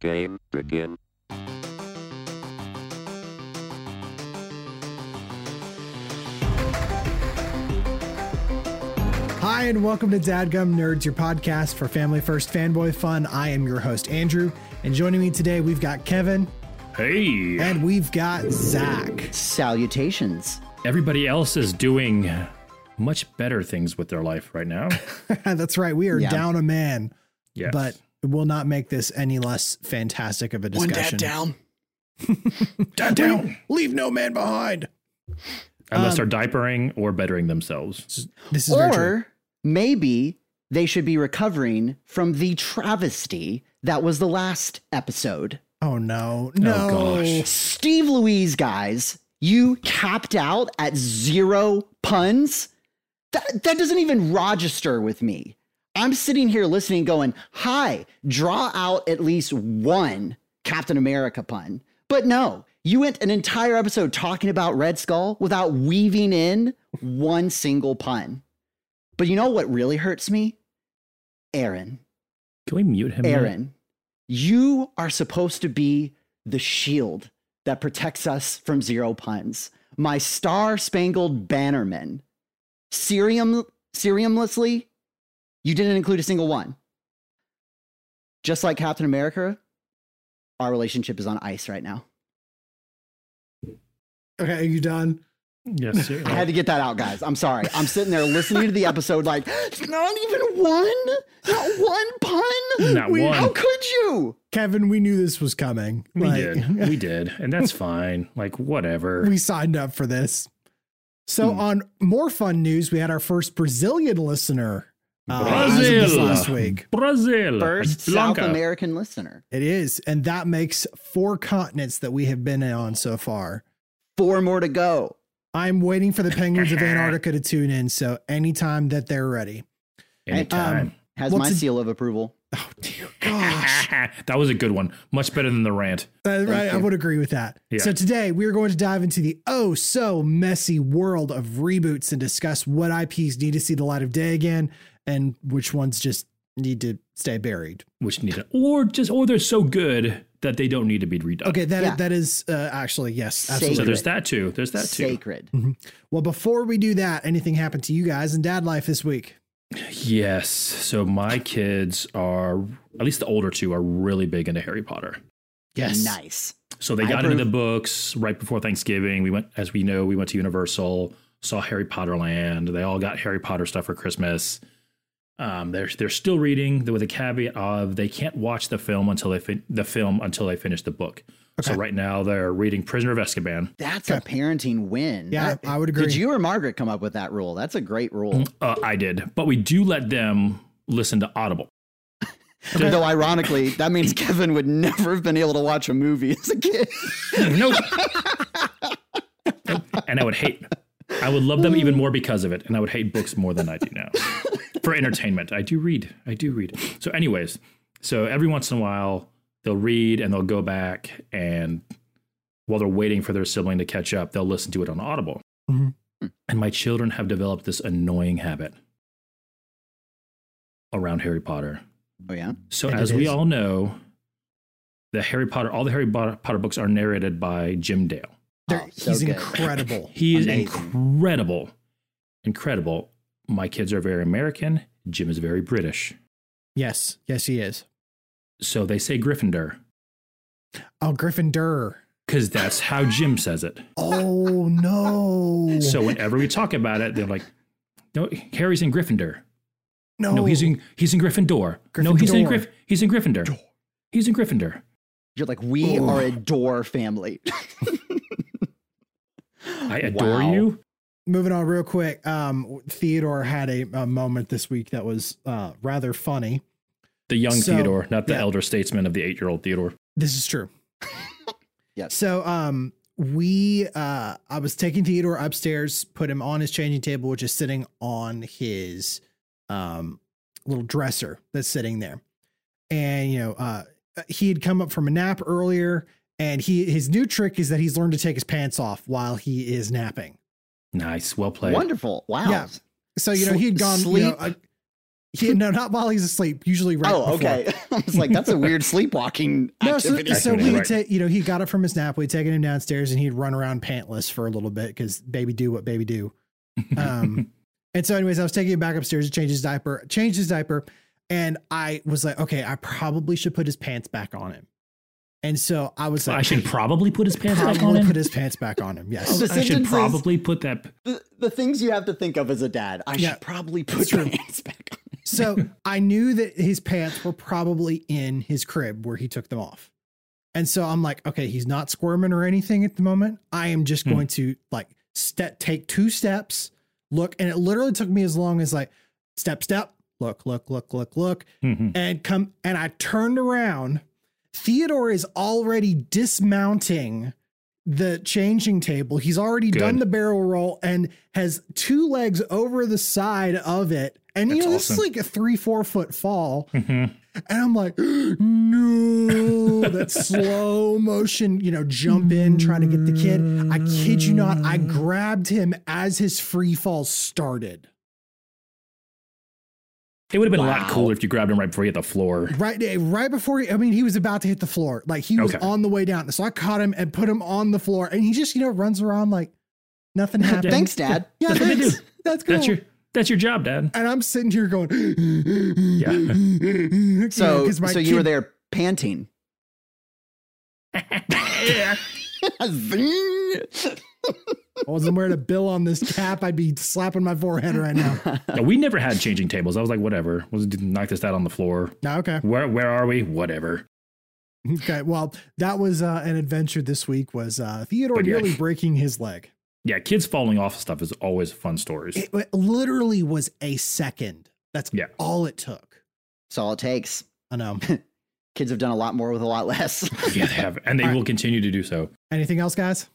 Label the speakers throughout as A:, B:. A: Game begin.
B: Hi, and welcome to Dadgum Nerds, your podcast for family first fanboy fun. I am your host, Andrew, and joining me today, we've got Kevin
C: Hey,
B: and we've got Zach.
D: Salutations.
C: everybody else is doing much better things with their life right now.
B: That's right, we are
D: Yeah.
B: down a man,
C: Yes.
B: but it will not make this any less fantastic of a discussion.
C: Down, down.
B: Leave no man behind.
C: Unless they're diapering or bettering themselves.
B: This is very true.
D: Or maybe they should be recovering from the travesty that was the last episode.
B: Oh no, no.
C: gosh.
D: Steve Louise, guys, you capped out at zero puns. That, that doesn't even register with me. I'm sitting here listening, going, Hi, draw out at least one Captain America pun. But no, you went an entire episode talking about Red Skull without weaving in one single pun. But you know what really hurts me? Aaron.
C: Can we mute him? yet?
D: Aaron, you are supposed to be the shield that protects us from zero puns. My star spangled bannerman. Serium, seriumlessly, you didn't include a single one. Just like Captain America, our relationship is on ice right now.
B: Okay, are you done?
C: Yes. sir.
D: I had to get that out, guys. I'm sorry. I'm sitting there listening to the episode, like, "It's not even one, not one pun.
C: Not
D: We-
C: one.
D: How could you?
B: Kevin, we knew this was coming.
C: we
B: Like,
C: did. We did. And that's fine. Like, whatever.
B: we signed up for this. So
C: Hmm.
B: on more fun news, we had our first Brazilian listener uh, as of this
C: Brazil.
B: last week.
C: Brazil.
D: First South
C: Blanca.
D: American listener.
B: It is, and that makes four continents that we have been on so far.
D: four more to go.
B: I'm waiting for the penguins of Antarctica to tune in, so anytime that they're ready.
C: Anytime.
D: Has
B: What's
D: my
B: a-
D: seal of approval.
B: Oh dear gosh.
C: that was a good one. Much better than the rant.
B: That- right, I
D: you.
B: would agree with that.
C: Yeah.
B: So today we are going to dive into the oh so messy world of reboots and discuss what IPs need to see the light of day again and which ones just need to stay buried.
C: Which need to, or just, or they're so good that they don't need to be redone.
B: Okay, that
D: Yeah.
B: that is uh, actually yes, absolutely.
C: So there's that too. There's that too.
D: Sacred.
B: Well, before we do that, anything happened to you guys in dad life this week?
C: Yes. So my kids are, at least the older two, are really big into Harry Potter.
D: Nice.
C: So they
D: I
C: got into
D: approve.
C: the books right before Thanksgiving. We went, as we know, we went to Universal, saw Harry Potter Land. They all got Harry Potter stuff for Christmas. Um, they're they're still reading though with a caveat of they can't watch the film until they fin- the film until they finish the book. So
B: Okay.
C: right now they're reading Prisoner of Azkaban.
D: That's
B: Okay.
D: a parenting win.
B: Yeah,
D: That-
B: I would agree. Mm-hmm.
D: Did you or Margaret come up with that rule? That's a great rule.
C: Uh, I did, but we do let them listen to Audible.
D: Though ironically, that means Kevin would never have been able to watch a movie as a kid.
C: nope. Nope. And I would hate. I would love them even more because of it, and I would hate books more than I do now. For entertainment, I do read. I do read. So, anyways, so every once in a while they'll read and they'll go back, and while they're waiting for their sibling to catch up, they'll listen to it on Audible.
B: Mhm.
C: And my children have developed this annoying habit around Harry Potter.
D: Oh yeah.
C: So
B: And it
C: as we
B: is.
C: all know, the Harry Potter, all the Harry Potter Potter books are narrated by Jim Dale.
B: They're-
D: Oh, so
B: he's
D: good.
B: incredible.
C: He is
D: Amazing.
C: incredible, incredible. My kids are very American. Jim is very British.
B: yes, yes, he is.
C: So they say Gryffindor
B: Oh, Gryffindor.
C: because that's how Jim says it.
B: Oh no,
C: So whenever we talk about it, they're like, "No, Harry's in Gryffindor.
B: no,
C: No, he's in he's in Gryffindor. No, he's in
B: Gryffindor.
C: Gryff- he's in Gryffindor. He's in Gryffindor."
D: You're like, we
B: Ooh.
D: are a door family.
C: I adore
D: Wow.
C: you.
B: Moving on real quick. Um, Theodore had a, a moment this week that was uh, rather funny.
C: The young
B: So-
C: Theodore, not the
B: yeah.
C: elder statesman of the eight-year-old Theodore.
B: This is true.
D: Yes.
B: So um we uh I was taking Theodore upstairs, put him on his changing table, which is sitting on his um little dresser that's sitting there. And you know, uh he had come up from a nap earlier and he his new trick is that he's learned to take his pants off while he is napping.
C: Nice, well played.
D: Wonderful. Wow.
B: Yeah. So you know,
D: Sl-
B: he had gone you know,
D: sleep.
B: uh, Yeah, no, not while he's asleep. Usually right.
D: oh,
B: before.
D: okay. I was like, that's a weird sleepwalking
B: No, so,
D: activity.
B: so
C: Activity,
B: we would
C: right.
B: take, you know, he got up from his nap. We'd taken him downstairs and he'd run around pantless for a little bit because baby do what baby do. Um, and so, anyways, I was taking him back upstairs to change his diaper, changed his diaper, and I was like, okay, I probably should put his pants back on him. And so I was like,
C: I should probably put his pants back on
B: probably
C: him.
B: put his pants back on him. Yes.
D: The
C: I should
D: sentence is-
C: probably put that.
D: the, the things you have to think of as a dad. I
B: Yeah.
D: should probably put your hands back on.
B: So I knew that his pants were probably in his crib where he took them off. And so I'm like, okay, he's not squirming or anything at the moment. I am just
C: Hmm.
B: going to like step, take two steps, look. And it literally took me as long as like step, step, look, look, look, look, look,
C: Mhm.
B: and come. And I turned around. Theodore is already dismounting the changing table. He's already
C: Good.
B: done the barrel roll and has two legs over the side of it. And you
C: That's
B: know, this is
C: awesome.
B: like a three, four foot fall.
C: Mhm.
B: And I'm like, no, that slow motion, you know, jump in trying to get the kid. I kid you not, I
C: Mm.
B: grabbed him as his free fall started.
C: It would have been a lot
D: Wow.
C: cooler if you grabbed him right before he hit the floor.
B: Right, right before he, I mean, he was about to hit the floor. Like he was
C: Okay.
B: on the way down. So I caught him and put him on the floor. And he just, you know, runs around like nothing happened.
D: Thanks, Dad.
B: Yeah,
C: That's what they
B: thanks.
C: do.
B: That's cool.
C: That's your that's your job, Dad.
B: and I'm sitting here going, yeah.
D: So, so you were there panting.
B: I wasn't wearing a bill on this cap. I'd be slapping my forehead right now.
C: No, we never had changing tables. I was like, whatever. We'll just knock this out on the floor.
B: No, okay.
C: Where where are we? Whatever.
B: Okay. Well, that was uh, an adventure this week was uh, Theodore
C: But yeah.
B: nearly breaking his leg.
C: Yeah, kids falling off stuff is always fun stories.
B: It, it literally was a second. That's
C: Yeah.
B: all it took.
D: That's all it takes.
B: I know.
D: Kids have done a lot more with a lot less.
C: yeah, they have, and they
B: All right.
C: will continue to do so.
B: Anything else, guys?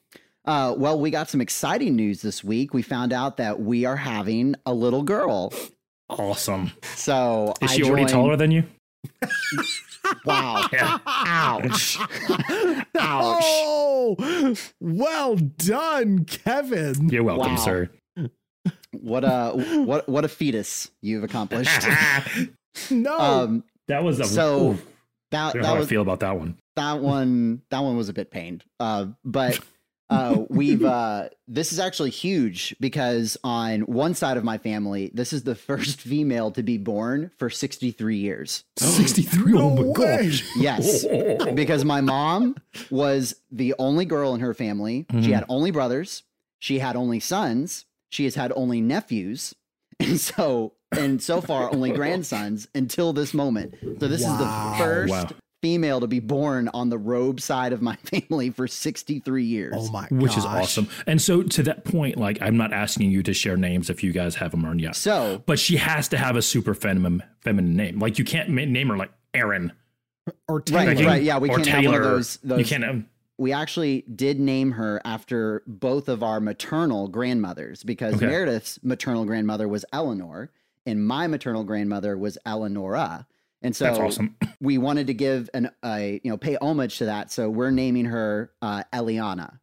D: Uh, well, we got some exciting news this week. We found out that we are having a little girl.
C: Awesome.
D: So
C: Is
D: I
C: she already
D: joined-
C: taller than you?
D: Wow!
C: Yeah.
D: Ouch! Ouch!
B: Oh, well done, Kevin.
C: You're welcome,
D: Wow.
C: sir.
D: What a what what a fetus you've accomplished.
B: No.
D: um,
C: that was a
D: So,
C: oof. I
D: that
C: don't know
D: that
C: how
D: was
C: I feel about that one.
D: that one that one was a bit pained uh, but uh, we've uh, this is actually huge because on one side of my family this is the first female to be born for 63 years
C: 63.
D: Oh
B: No way.
D: yes because my mom was the only girl in her family she
C: Mhm.
D: had only brothers she had only sons she has had only nephews and so and so far only grandsons until this moment so this is
B: Wow.
D: the first
C: Wow.
D: female to be born on the robe side of my family for 63 years.
B: oh my
C: Which is
B: gosh.
C: awesome. And so to that point, like I'm not asking you to share names if you guys have them or not.
D: So,
C: But she has to have a super feminine feminine name. Like you can't ma- name her like Aaron.
B: Or
D: right,
B: Taylor.
C: Like, you-
D: right, yeah, we
C: or
D: can't have
C: Taylor.
D: one of those.
C: You
D: those-
C: can't. Um,
D: We actually did name her after both of our maternal grandmothers because
C: Okay.
D: Meredith's maternal grandmother was Eleanor and my maternal grandmother was Eleonora. And so
C: that's awesome.
D: we wanted to give an a you know pay homage to that, so we're naming her uh, Eliana.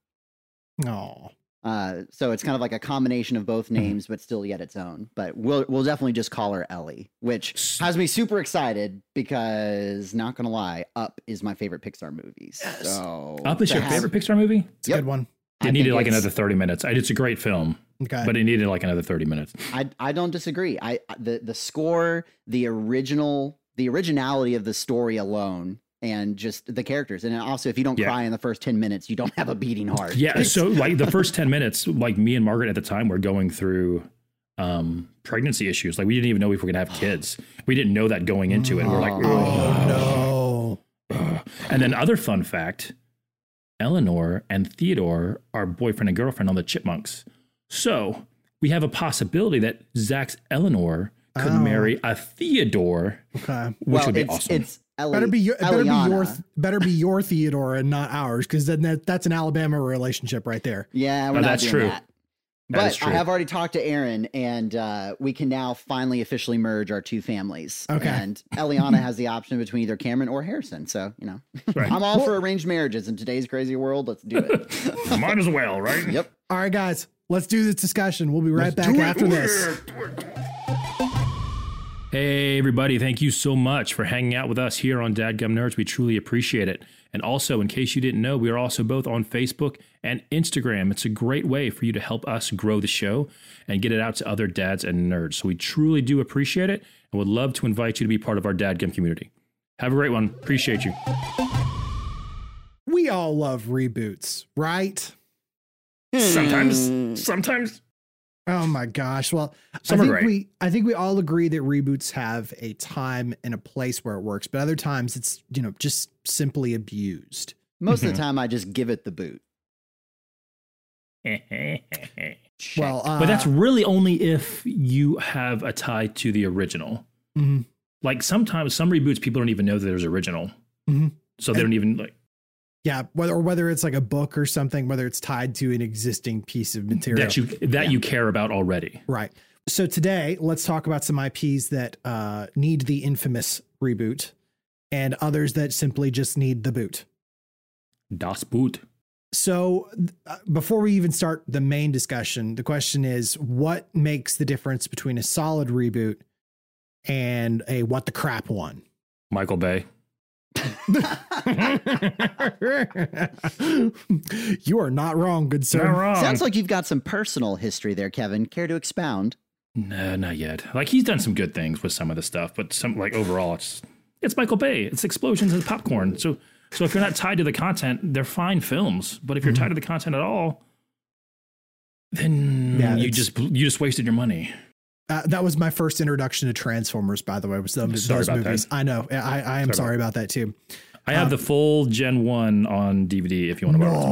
B: Oh.
D: Uh, so it's kind of like a combination of
C: Mm-hmm.
D: both names, but still yet its own. But we'll we'll definitely just call her Ellie, which has me super excited because not gonna lie, Up is my favorite Pixar movie.
B: Yes.
D: So
C: Up is
D: to
C: your
D: have-
C: favorite Pixar movie?
B: It's
D: Yep.
B: a good one.
D: I
C: It needed
D: think
C: like
D: it's-
C: another 30 minutes. I- It's a great film,
B: Okay.
C: but it needed like another 30 minutes.
D: I I don't disagree. I I- the the score, the original, the originality of the story alone, and just the characters, and also if you don't
C: Yeah.
D: cry in the first ten minutes, you don't have a beating heart.
C: Yeah. So like the first 10 minutes, like me and Margaret at the time were going through um pregnancy issues. Like we didn't even know if we were gonna have kids. We didn't know that going into it. We're like,
B: oh, no.
C: Ugh. And then other fun fact, Eleanor and Theodore are boyfriend and girlfriend on the Chipmunks. So we have a possibility that Zach's Eleanor could
B: Oh.
C: marry a Theodore,
B: Okay.
C: which would be
D: it's,
C: awesome.
D: It's Ellie,
B: Better be your it better be your
D: Eliana.
B: better be your Theodore and not ours, because then that, that's an Alabama relationship right there.
D: Yeah, we're
C: No,
D: not
C: Oh, that's
D: doing
C: true.
D: that.
C: That is
D: But I
C: true.
D: have already talked to Aaron, and uh, we can now finally officially merge our two families.
B: Okay.
D: And Eliana has the option between either Cameron or Harrison. So, you know,
C: Right.
D: I'm all for arranged marriages in today's crazy world. Let's do it.
C: Might as well, right?
D: yep.
B: All right, guys, let's do this discussion. We'll be right back after this.
C: Hey, everybody, thank you so much for hanging out with us here on Dadgum Nerds. We truly appreciate it. And also, in case you didn't know, we are also both on Facebook and Instagram. It's a great way for you to help us grow the show and get it out to other dads and nerds. So we truly do appreciate it and would love to invite you to be part of our Dadgum community. Have a great one. Appreciate you.
B: We all love reboots, right?
C: Sometimes, sometimes.
B: Oh my gosh. Well,
C: Some
B: I
C: are
B: think
C: great.
B: we I think we all agree that reboots have a time and a place where it works, but other times it's, you know, just simply abused.
D: Most of
C: Mhm.
D: the time, I just give it the boot. Check.
B: Well, uh,
C: but that's really only if you have a tie to the original. Mm-hmm.
B: mhm.
C: Like sometimes some reboots, people don't even know that there's original,
B: Mhm.
C: so they don't even like.
B: yeah, whether or whether it's like a book or something, whether it's tied to an existing piece of material.
C: that you that you care about already.
B: Right. So today, let's talk about some IPs that uh, need the infamous reboot and others that simply just need the boot.
C: Das Boot.
B: So, th- uh, before we even start the main discussion, the question is what makes the difference between a solid reboot and a what the crap one?
C: Michael Bay.
B: you are not wrong, good sir.
D: Sounds like you've got some personal history there, Kevin. Care to expound?
C: no, not yet. Like he's done some good things with some of the stuff, but some like overall, it's it's Michael Bay. It's explosions and popcorn. So so if you're not tied to the content, they're fine films. But if you're tied to the content at all, then
B: Yeah,
C: you
B: it's-
C: just you just wasted your money.
B: Uh, that was my first introduction to Transformers, by the way, was those,
C: Sorry
B: those
C: about that.
B: movies. I know. I, I I am
C: Sorry about
B: sorry about that too.
C: I have the full Gen One on DVD. If you want to borrow it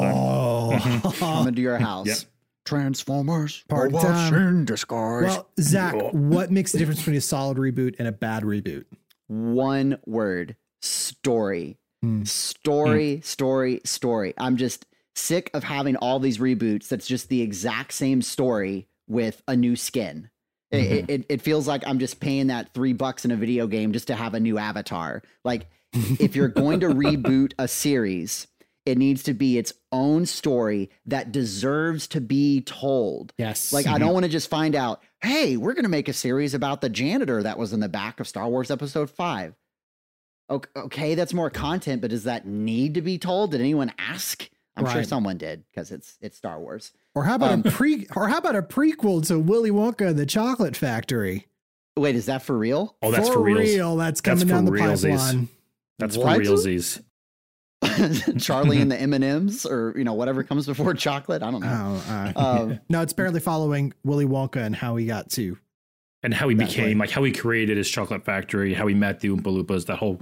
C: sometime.
B: No.
D: Coming to your house.
C: Yep.
D: Transformers.
B: Part
D: robots
B: time.
D: in disguise.
B: well, Zach, what makes the difference between a solid reboot and a bad reboot?
D: One word: story.
B: Mm.
D: Story. Story. Story. I'm just sick of having all these reboots. That's just the exact same story with a new skin. It, it- it, it feels like I'm just paying that three bucks in a video game just to have a new avatar. Like, if you're going to reboot a series, it needs to be its own story that deserves to be told.
B: Yes.
D: Like, I don't want to just find out, hey, we're going to make a series about the janitor that was in the back of Star Wars Episode 5. O- Okay, that's more content, but does that need to be told? Did anyone ask? I'm sure
B: Right.
D: someone did because it's it's Star Wars.
B: Or how
C: Um,
B: about a pre or how about a prequel to Willy Wonka and the Chocolate Factory?
D: Wait, is that for real?
C: Oh, that's for, reals.
B: real. That's
C: That's
B: coming down the
C: for realsies.
B: pipeline.
C: That's
D: What?
C: for realsies.
D: Charlie and the M and M's, or you know whatever comes before chocolate. I don't know.
B: Oh, uh,
D: Um,
B: no, it's apparently following Willy Wonka and how he got to.
C: and how he
B: That
C: became like how he created his chocolate factory, how he met the Oompa Loompas, that whole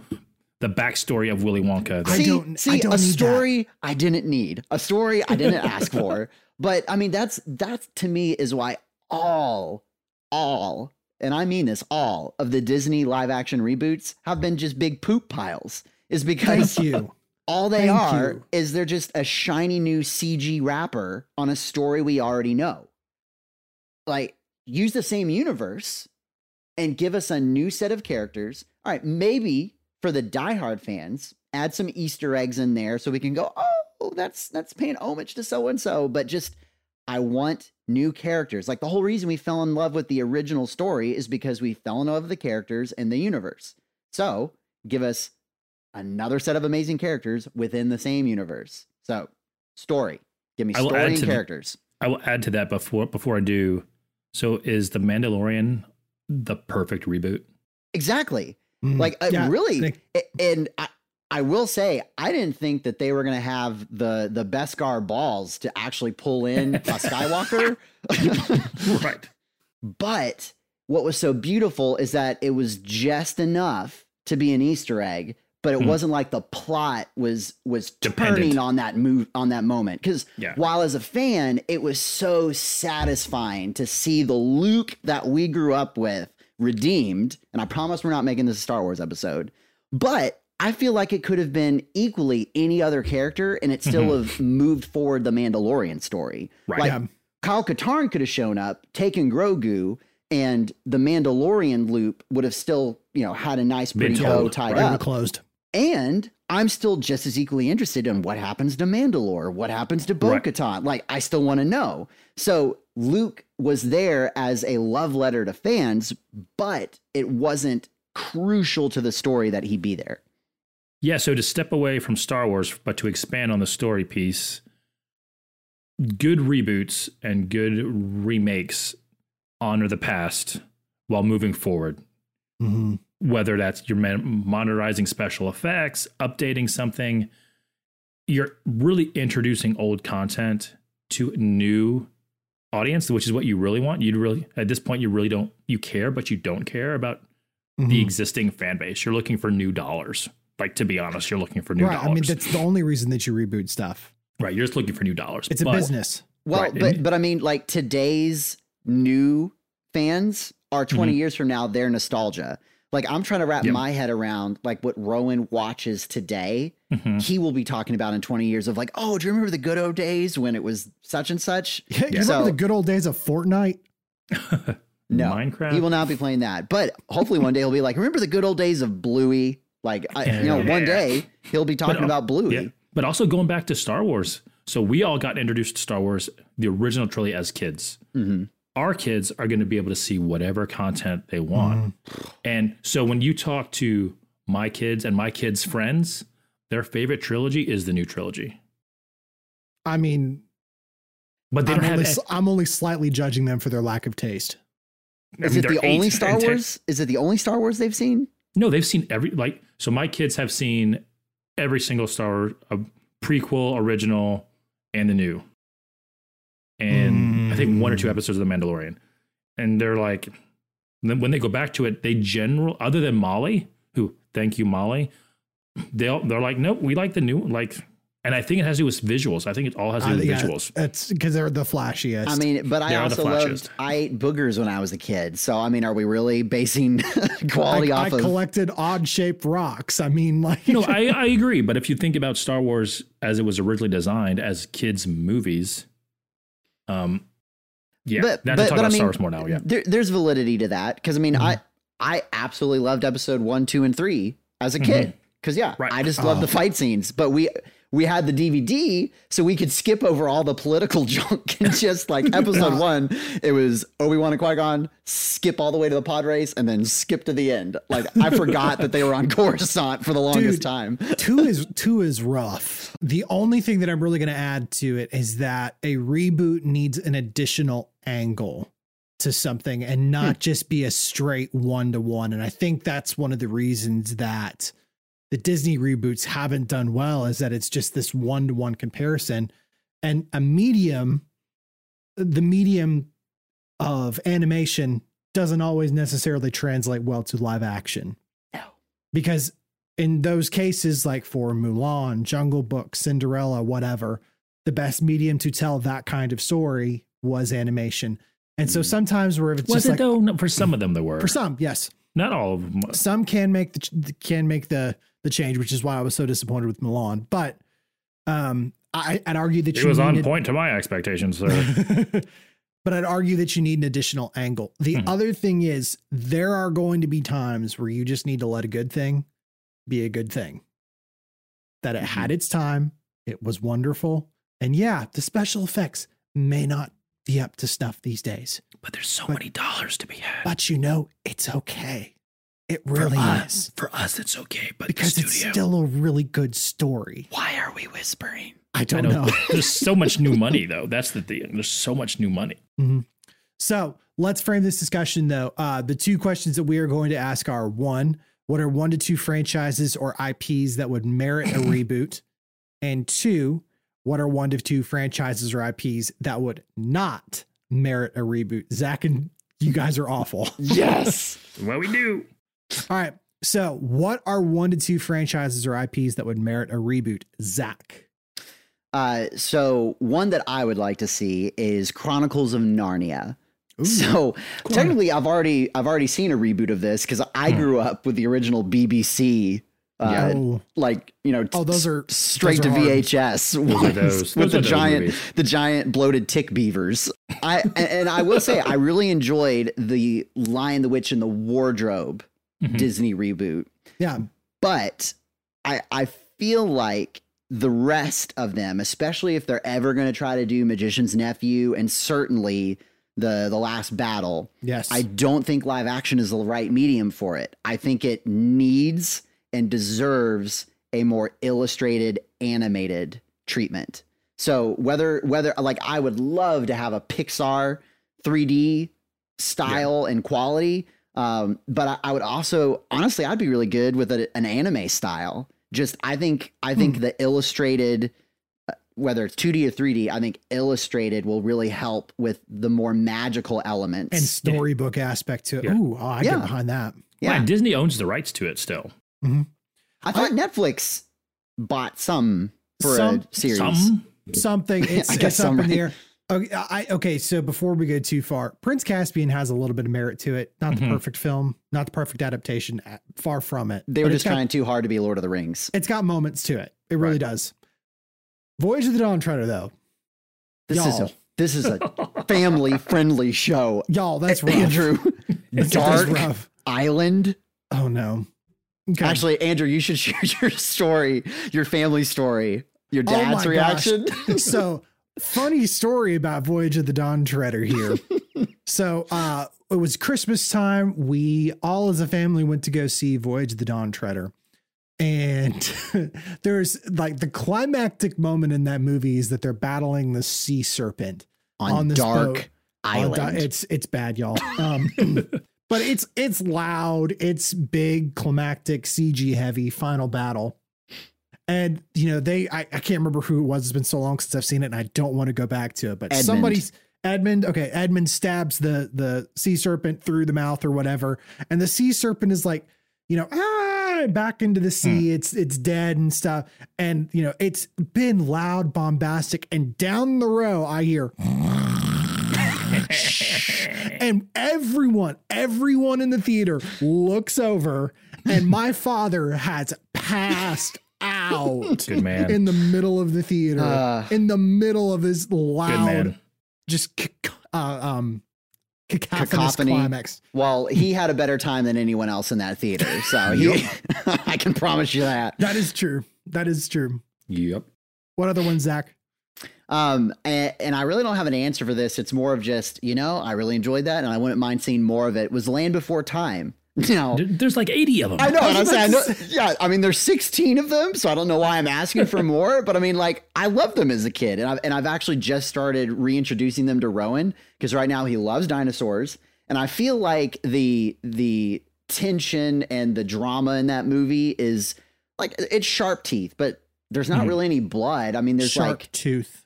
C: the backstory of Willy Wonka.
B: I
D: see,
B: don't-
D: see
B: I don't
D: a
B: need that.
D: story I didn't need, a story I didn't ask for. But I mean, that's that to me is why all, all, and I mean this, all of the Disney live action reboots have been just big poop piles. Is because
B: Thank you.
D: all they
B: Thank
D: are
B: you.
D: is they're just a shiny new CG wrapper on a story we already know. Like, use the same universe and give us a new set of characters. All right, maybe for the diehard fans, add some Easter eggs in there so we can go, oh, that's that's paying homage to so and so. But just I want new characters. Like the whole reason we fell in love with the original story is because we fell in love with the characters and the universe. So give us another set of amazing characters within the same universe. So, story. Give me
C: I will
D: story
C: add
D: and
C: to the-
D: characters.
C: I will add to that before before I do. So is the Mandalorian the perfect reboot?
D: exactly.
C: Hmm.
B: Mm.
D: Like, uh,
B: Yeah,
D: really.
B: Nick.
D: a- And I, I will say, I didn't think that they were going to have the the Beskar balls to actually pull in a Skywalker.
C: Right.
D: But what was so beautiful is that it was just enough to be an Easter egg, but it
C: Mhm.
D: wasn't like the plot was was
C: Dependent. Uh.
D: turning on that move on that moment. Because
C: Yeah.
D: while as a fan, it was so satisfying to see the Luke that we grew up with redeemed. And I promise we're not making this a Star Wars episode, but I feel like it could have been equally any other character, and it still have moved forward the Mandalorian story.
C: Right.
D: Like,
B: Yeah.
D: Kyle Katarn could have shown up, taken Grogu, and the Mandalorian loop would have still, you know, had a nice
C: Been
D: pretty bow
C: told,
D: tied
C: right?
B: They were
D: up.
B: closed.
D: And I'm still just as equally interested in what happens to Mandalore, what happens to Bo
C: Right.
D: Katan. Like, I still want to know. So Luke was there as a love letter to fans, but it wasn't crucial to the story that he be there.
C: Yeah, so to step away from Star Wars, but to expand on the story piece, good reboots and good remakes honor the past while moving forward.
D: Mm-hmm.
B: Mhm.
C: Whether that's you're mon- modernizing special effects, updating something, you're really introducing old content to a new audience, which is what you really want. You'd really at this point you really don't you care, but you don't care about
D: Mm-hmm.
C: the
B: Mhm.
C: existing fan base. You're looking for new dollars. Like to be honest, you're looking for new
B: right.
C: dollars.
B: I mean, that's the only reason that you reboot stuff.
C: right, you're just looking for new dollars.
B: It's a
C: But-
B: business.
D: Well,
C: Right,
D: but
C: and-
D: but I mean, like today's new fans are 20
C: Mm-hmm.
D: years from now, their nostalgia. Like I'm trying to wrap
C: Yep.
D: my head around like what Rowan watches today.
C: Mhm.
D: He will be talking about in 20 years of like, oh, do you remember the good old days when it was such and such?
B: Yeah, you
D: So-
B: remember the good old days of Fortnite?
D: No,
C: Minecraft.
D: he will not be playing that. But hopefully one day he'll be like, remember the good old days of Bluey? Like, I, you know, one
C: Yeah.
D: day he'll be talking
C: um,
D: about Bluey.
C: Yeah. But also going back to Star Wars. So we all got introduced to Star Wars, the original trilogy, as kids.
D: Mhm.
C: Our kids are going to be able to see whatever content they
D: Mm-hmm.
C: want. And so when you talk to my kids and my kids' friends, their favorite trilogy is the new trilogy.
B: I mean,
C: But they
B: I'm
C: don't have.
B: only, s am only slightly judging them for their lack of taste.
C: I
D: Is
C: mean,
D: it
C: they're
D: the only
C: eight
D: Star
C: and ten-
D: Wars? Is it the only Star Wars they've seen?
C: No, they've seen every like. So my kids have seen every single Star Wars uh, prequel, original, and the new, and I think one or two
B: Mm.
C: episodes of The Mandalorian. And they're like, then when they go back to it, they general other than Molly, who thank you Molly, they'll they're like, nope, we like the new like. And I think it has to do with visuals. I think it all has to do
B: I-
C: with
B: Uh, yeah,
C: visuals.
B: That's because they're the flashiest.
D: I mean, but I
C: They are the
D: also loved
C: flashiest.
D: I ate boogers when I was a kid. So I mean, are we really basing quality
B: I, I
D: off of?
B: collected odd shaped rocks. I mean, like,
C: no, I, I agree. But if you think about Star Wars as it was originally designed as kids' movies, um, yeah,
D: But-
C: not
D: but-
C: to
D: but
C: talk
D: I
C: about
D: mean,
C: Star Wars more now. Yeah,
D: there, there's validity to that because I mean, I I absolutely loved episode one, two, and three as a kid because yeah,
C: Right.
D: I just
B: Oh.
D: love the fight scenes. But we we had the DVD, so we could skip over all the political junk and just like
B: Oh.
D: episode one, it was Obi Wan and Qui Gon, skip all the way to the pod race, and then skip to the end. Like I forgot that they were on Coruscant for the longest
B: Dude.
D: time.
B: two is two is rough. The only thing that I'm really going to add to it is that a reboot needs an additional angle to something and not just be a straight one to one. And I think that's one of the reasons that the Disney reboots haven't done well is that it's just this one to one comparison and a medium the medium of animation doesn't always necessarily translate well to live action.
D: No.
B: Because in those cases, like for Mulan, Jungle Book, Cinderella, whatever, the best medium to tell that kind of story was animation. And so
D: Mm.
B: sometimes where it's
C: was
B: just
C: it
B: like
C: though? No, for some of them, there were.
B: for some, yes,
C: not all of them.
B: some can make the ch- can make the the change, which is why I was so disappointed with Milan. But um, I, I'd argue that
C: It
B: you
C: was on
B: needed-
C: point to my expectations, sir.
B: but I'd argue that you need an additional angle. The
C: Mhm.
B: other thing is there are going to be times where you just need to let a good thing be a good thing. That it
C: Mm-hmm.
B: had its time, it was wonderful. And yeah, the special effects may not be up to snuff these days,
C: but there's so many dollars to be had.
B: but you know, it's okay. It really is.
C: for us, it's okay. But
B: Because it's still a really good story.
D: Why are we whispering?
B: I
C: I
B: don't
C: know.
B: know.
C: there's so much new money, though. That's the thing. There's so much new money.
B: So let's frame this discussion though. Uh, the two questions that we are going to ask are one, what are one to two franchises or IPs that would merit a reboot? And two, what are one to two franchises or IPs that would not merit a reboot? Zach and you guys are awful.
D: Yes.
C: Well, we do.
B: All right. So, what are one to two franchises or IPs that would merit a reboot? Zach.
D: Uh, so one that I would like to see is Chronicles of Narnia.
B: Ooh.
D: so
B: cool.
D: technically, I've already I've already seen a reboot of this because I
C: Hmm.
D: grew up with the original BBC, uh,
B: oh,
D: like you know,
B: Oh, those are-
D: straight
B: those are
D: to
B: hard.
D: VHS
C: Those are
D: ones
C: those. Those
D: with
C: are
D: the
C: those
D: giant
C: movies.
D: the giant bloated tick beavers. I and, and I will say I really enjoyed the Lion, the Witch, and the Wardrobe
C: Mhm.
D: Disney reboot
B: yeah.
D: but I I feel like the rest of them, especially if they're ever going to try to do Magician's Nephew and certainly the the last battle.
B: Yes.
D: I don't think live action is the right medium for it. I think it needs and deserves a more illustrated animated treatment. So whether whether like I would love to have a Pixar 3D style and quality, um, but I, I would also honestly I'd be really good with a, an anime style. Just I think I think the illustrated uh, whether it's 2D or 3D, I think illustrated will really help with the more magical elements.
B: and storybook aspect to it.
C: Yeah.
B: Ooh, oh, I
D: Yeah.
B: get behind that.
D: yeah,
C: Man, Disney owns the rights to it still.
D: I thought Netflix bought some for
B: Some-
D: a series.
C: Some.
B: Something it's,
D: I guess
B: it's up
D: I'm
B: in the
D: right.
B: air. Okay, I, okay, so before we go too far, Prince Caspian has a little bit of merit to it. Not
D: Mm-hmm.
C: Mhm.
B: the perfect film, not the perfect adaptation, a- far from it.
D: They were
B: But
D: just
B: it's got-
D: trying too hard to be Lord of the Rings.
B: It's got moments to it. It really
C: Right.
B: does. Voyage of the Dawn Treader, though,
D: This
B: Y'all.
D: is a this is a family friendly show.
B: y'all, that's rough.
D: Andrew,
B: That's
D: dark
B: rough.
D: Island.
B: Oh no. Okay.
D: Actually, Andrew, you should share your story, your family story, your
B: Oh my
D: dad's
B: gosh.
D: reaction.
B: so funny story about Voyage of the Dawn Treader here. so uh it was Christmas time. We all as a family went to go see Voyage of the Dawn Treader. And there's like the climactic moment in that movie is that they're battling the sea serpent.
D: on,
B: On this
D: Dark
B: boat. I'll
D: Island.
B: die- It's it's bad, y'all. Um, but it's it's loud. It's big, climactic, CG heavy final battle. And you know they, I, I can't remember who it was. It's been so long since I've seen it, and I don't want to go back to it. But
D: Edmund.
B: somebody's Edmund. Okay, Edmund stabs the the sea serpent through the mouth or whatever, and the sea serpent is like, you know, ah, back into the sea. It's it's dead and stuff. And you know, it's been loud, bombastic, and down the row, I hear and everyone, everyone in the theater looks over, and my father has passed out
C: Good man.
B: in the middle of the theater,
D: Ah.
B: in the middle of this loud,
C: man.
B: just cac- uh, um, cacophonous
D: Cacophony.
B: climax.
D: well, he had a better time than anyone else in that theater. So he, I can promise you that.
B: That is true. That is true.
C: yep.
B: What other one, Zach?
D: Um, and, and I really don't have an answer for this. It's more of just, you know, I really enjoyed that and I wouldn't mind seeing more of it. Was Land Before Time. Now,
C: There- There's like 80 of them.
D: I know, and I'm
B: was
D: saying, I
B: about
D: know,
B: to
D: yeah, I mean, there's 16 of them, so I don't know why I'm asking for more, but I mean, like, I love them as a kid, and I've, and I've actually just started reintroducing them to Rowan because right now he loves dinosaurs, and I feel like the the tension and the drama in that movie is like it's sharp teeth, but there's not
C: Mhm.
D: really any blood. I mean, there's
B: Sharp
D: like,
B: tooth.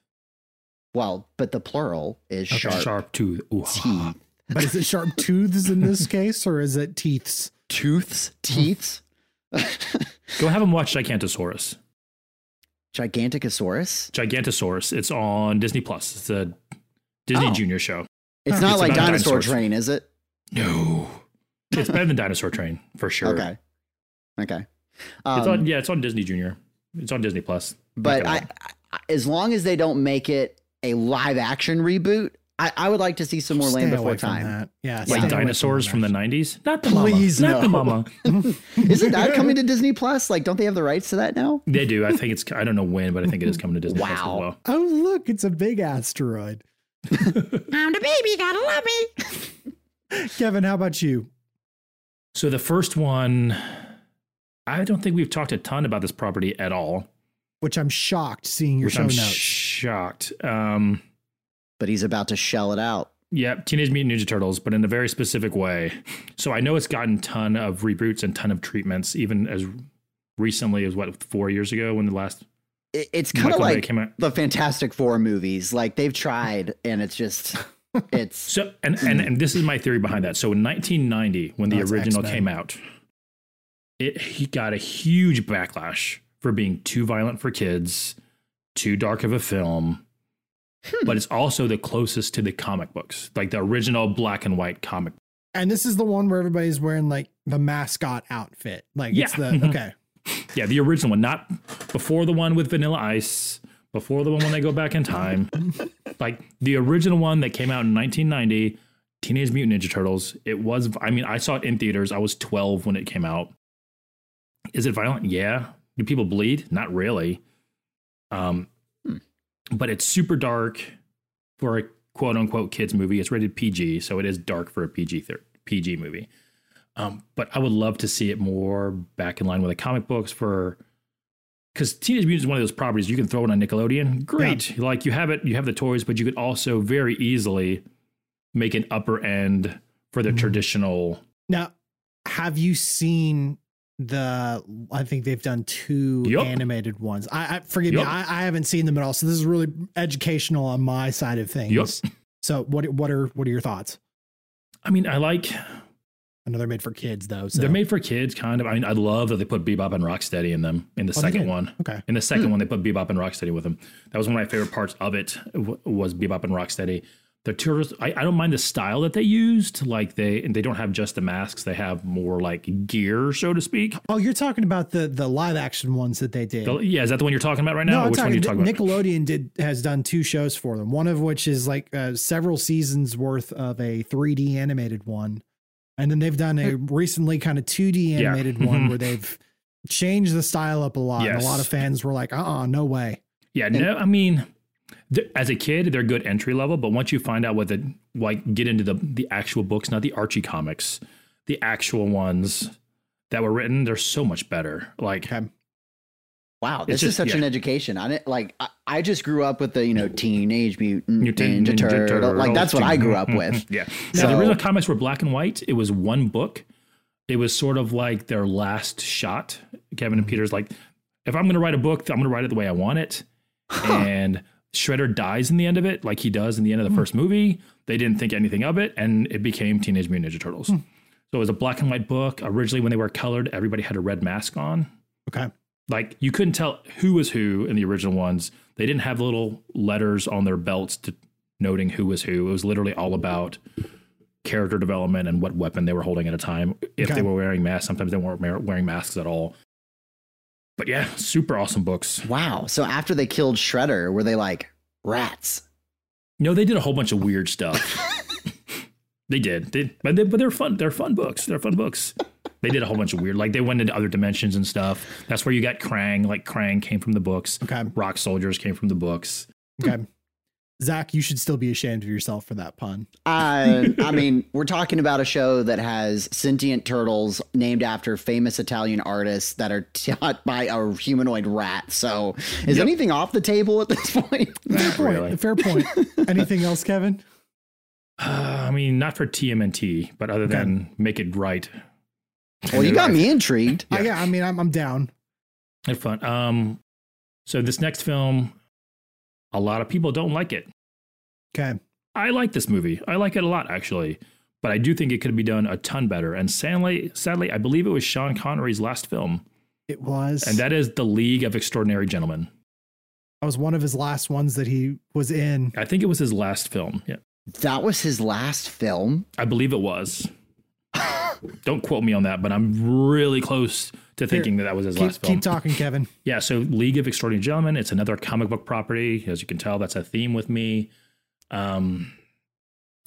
D: well, but the plural is
C: Okay,
D: sharp,
C: Sharp tooth. Ooh,
D: teeth,
B: But is it sharp tooths in this case, or is it teeths?
D: tooths, teeths,
C: Go have them watch Gigantosaurus.
D: giganticosaurus.
C: Gigantosaurus. It's on Disney Plus. It's a Disney
D: Oh.
C: Junior show.
D: It's
B: Huh.
D: not
C: It's
D: like
C: about
D: dinosaur
C: dinosaurs.
D: train, is it?
C: No. It's better than Dinosaur Train for sure.
D: Okay. Okay.
C: It's
D: Um,
C: on yeah, it's on Disney Junior. It's on Disney Plus.
D: but
C: Look
D: I,
C: it
D: I, as long as they don't make it a live action reboot, I, I would like to see some more Land
B: Stay
D: Before
B: away from
D: Time.
B: that. Yeah,
D: Like
B: stay away
C: Like
B: from
C: dinosaurs
B: that.
C: from the nineties? Not the
B: Please,
C: mama. Not the
B: no.
C: mama.
D: Isn't that coming to Disney Plus? Like, don't they have the rights to that now?
C: They do. I think it's I don't know when, but I think it is coming to Disney Plus as
D: Wow.
C: well.
B: Oh, look, it's a big asteroid.
D: I'm the baby, gotta love me.
B: Kevin, how about you?
C: So the first one I don't think we've talked a ton about this property at all.
B: Which I'm shocked seeing your
C: which
B: show
C: I'm
B: notes.
C: shocked. Um
D: But he's about to shell it out.
C: Yeah, Teenage Mutant Ninja Turtles, but in a very specific way. So I know it's gotten ton of reboots and ton of treatments, even as recently as what four years ago when the last
D: It, it's kind of
C: Michael Bay
D: like
C: came out.
D: the Fantastic Four movies. Like they've tried, and it's just it's
C: So and, and and this is my theory behind that. So in 1990, when the
B: That's
C: original
B: X-Men.
C: came out, it he got a huge backlash for being too violent for kids, too dark of a film.
B: Hmm.
C: But it's also the closest to the comic books, like the original black and white comic.
B: and this is the one where everybody's wearing like the mascot outfit. Like it's
C: Yeah.
B: the okay.
C: Yeah, the original one, not before the one with Vanilla Ice, before the one when they go back in time. like the original one that came out in 1990, Teenage Mutant Ninja Turtles. It was, I mean, I saw it in theaters. I was 12 when it came out. Is it violent? Yeah. Do people bleed? Not really. Um, But it's super dark for a quote unquote kids movie. It's rated PG, so it is dark for a PG thir- PG movie. Um, but I would love to see it more back in line with the comic books for because Teenage Mutant is one of those properties you can throw it on Nickelodeon. Great, like you have it, you have the toys, but you could also very easily make an upper end for the
B: Mhm.
C: traditional.
B: Now, have you seen the? I think they've done two
C: Yup.
B: animated ones. I, I forgive
C: Yup.
B: me, I, I haven't seen them at all. So this is really educational on my side of things. So what what are what are your thoughts?
C: I mean, I like
B: I know they're made for kids though. So
C: They're made for kids, kind of. I mean, I love that they put Bebop and Rocksteady in them in the
B: Oh, they
C: second
B: did.
C: one.
B: okay. Hmm.
C: In the second one, they put Bebop and Rocksteady with them. That was one of my favorite parts of it w- was Bebop and Rocksteady. The tourists, I, I don't mind the style that they used. Like they, and they don't have just the masks; they have more like gear, so to speak.
B: Oh, you're talking about the the live action ones that they did.
C: The- yeah, is that the one you're talking about right now?
B: I'm
C: Which one are you talking about?
B: Nickelodeon did has done two shows for them. One of which is like uh, several seasons worth of a 3D animated one, and then they've done a recently kind of 2D
C: Yeah.
B: animated one where they've changed the style up a lot. And a lot
C: Yes.
B: of fans were like, "Uh, uh no way."
C: Yeah, no, I mean, th- as a kid, they're good entry level, but once you find out what the like, get into the the actual books, not the Archie comics, the actual ones that were written, they're so much better. Like,
B: Okay.
D: Wow,
C: It's
D: this
C: just-
D: is such
C: yeah.
D: an education. I didn't like. I, I just grew up with the you know Teenage Mutant
C: Mutant
D: Ninja, Turtle. Like that's what I grew up with.
C: yeah.
D: So-
C: So the original comics were black and white. It was one book. It was sort of like their last shot. Kevin and Peter's like, if I'm going to write a book, I'm going to write it the way I want it. And Shredder dies in the end of it, like he does in the end of the first movie. They didn't think anything of it, and it became Teenage Mutant Ninja Turtles. So it was a black and white book. Originally, when they were colored, everybody had a red mask on
B: Okay.
C: like you couldn't tell who was who in the original ones. They didn't have little letters on their belts to noting who was who. It was literally all about character development and what weapon they were holding at a time. If
B: Okay.
C: they were wearing masks, sometimes they weren't ma- wearing masks at all. But yeah, super awesome books.
D: Wow. So after they killed Shredder, were they like rats?
C: No, they did a whole bunch of weird stuff. they did, they, but they, but they're fun. They're fun books. They're fun books. They did a whole bunch of weird, like they went into other dimensions and stuff. That's where you got Krang. Like Krang came from the books.
B: Okay.
C: Rock soldiers came from the books.
B: Okay. Zach, you should still be ashamed of yourself for that pun.
D: Uh, I mean, we're talking about a show that has sentient turtles named after famous Italian artists that are taught by a humanoid rat. So, is
C: Yep.
D: anything off the table at this point?
B: Fair point.
C: Really?
B: Fair point. Anything else, Kevin?
C: Uh, I mean, not for TMNT, but other than make it right.
D: well, you got me intrigued.
B: Yeah.
C: Yeah.
B: Uh, yeah. I mean, I'm I'm down.
C: Had fun. Um, so this next film, a lot of people don't like it.
B: Okay.
C: I like this movie. I like it a lot, actually. But I do think it could be done a ton better. And sadly, sadly, I believe it was Sean Connery's last film,
B: It was.
C: and that is The League of Extraordinary Gentlemen.
B: that was one of his last ones that he was in.
C: I think it was his last film. Yeah,
D: That was his last film.
C: I believe it was. don't quote me on that, but I'm really close to thinking that that was his last
B: Keep,
C: film.
B: keep talking, Kevin.
C: Yeah, so League of Extraordinary Gentlemen, it's another comic book property. As you can tell, that's a theme with me. Um,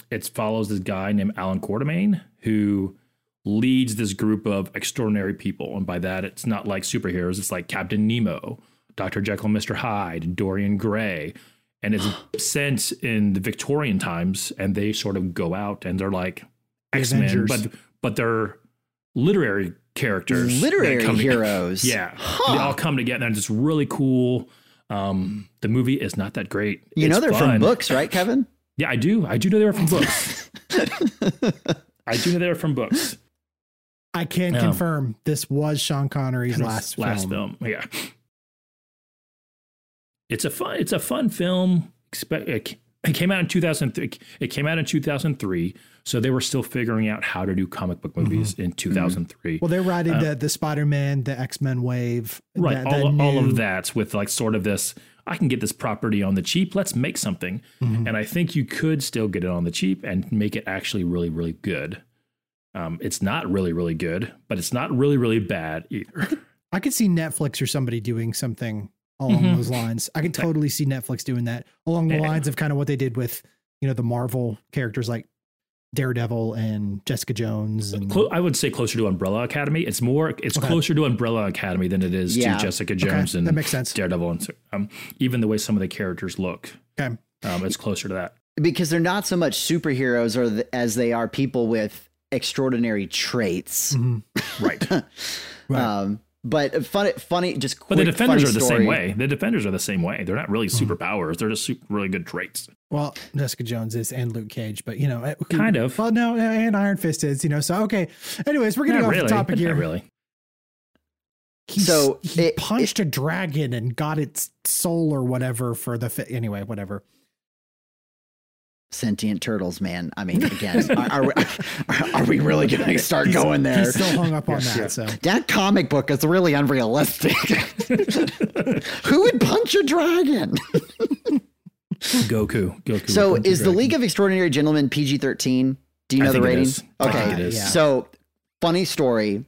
C: it follows this guy named Alan Quatermain who leads this group of extraordinary people. And by that, it's not like superheroes, it's like Captain Nemo, Dr. Jekyll and Mr. Hyde, Dorian Gray. And it's sent in the Victorian times, and they sort of go out and they're like
B: The
C: X Men,
B: Avengers.
C: but, but they're literary characters. that
D: Literary
C: come together.
D: heroes.
C: Yeah,
D: Huh.
C: they all come together and it's really cool. Um, the movie is not that great.
D: You
C: It's
D: know they're
C: fun.
D: from books, right, Kevin?
C: Yeah, I do. I do know they were from books. I do know they were from books.
B: I can
C: Yeah.
B: confirm this was Sean Connery's last
C: last
B: film.
C: film. Yeah, it's a fun. It's a fun film. Expe- It ca- it came out in 2003. It came out in 2003, so they were still figuring out how to do comic book movies in 2003.
B: Well, they're riding the the Spider Man, the X Men wave,
C: Uh, right
B: that- that
C: all, all
B: new-
C: of that's with like sort of this i can get this property on the cheap let's make something
B: Mhm.
C: and i think you could still get it on the cheap and make it actually really really good um, it's not really really good but it's not really really bad e-, either
B: I could see Netflix or somebody doing something along
C: Mhm.
B: those lines. I could totally see Netflix doing that along the
C: Yeah.
B: lines of kind of what they did with you know the Marvel characters like Daredevil and Jessica Jones and
C: Clo- I would say closer to Umbrella Academy. It's more, it's
B: Okay.
C: closer to Umbrella Academy than it is
D: Yeah.
C: to Jessica
B: Okay,
C: Jones
B: that
C: and
B: makes sense.
C: Daredevil. And so- um, even the way some of the characters look,
B: Okay.
C: um, it's closer to that.
D: because they're not so much superheroes or th- as they are people with extraordinary traits.
B: Mhm.
C: Mm. Right.
B: Right.
D: Um, but funny, funny, just quick,
C: But the defenders
D: funny
C: are the
D: story.
C: same way. The defenders are the same way. They're not really
B: Hmm.
C: superpowers. They're just super, really good traits.
B: Well, Jessica Jones is and Luke Cage, but you know, it-
C: Kind of.
B: Well, no, and Iron Fist is, you know. So okay. Anyways, we're gonna
C: Not
B: go off
C: really.
B: the topic
C: but
B: here.
C: Not really.
B: He,
D: So,
B: s- he
D: it-
B: punched a dragon and got its soul or whatever for the fi- anyway, whatever.
D: Sentient turtles, man. I mean, again, are, are, we, are, are we really going to start going there?
B: He's still hung up on
C: Yes,
B: that. So
C: yeah.
D: That comic book is really unrealistic. Who would punch a dragon?
C: Goku. Goku.
D: So,
C: Goku
D: is the
C: Dragon.
D: League of Extraordinary Gentlemen PG 13? Do you
C: I
D: know the
C: think it
D: rating?
C: is. I
D: Okay.
C: think it is.
B: Yeah.
D: So, funny story.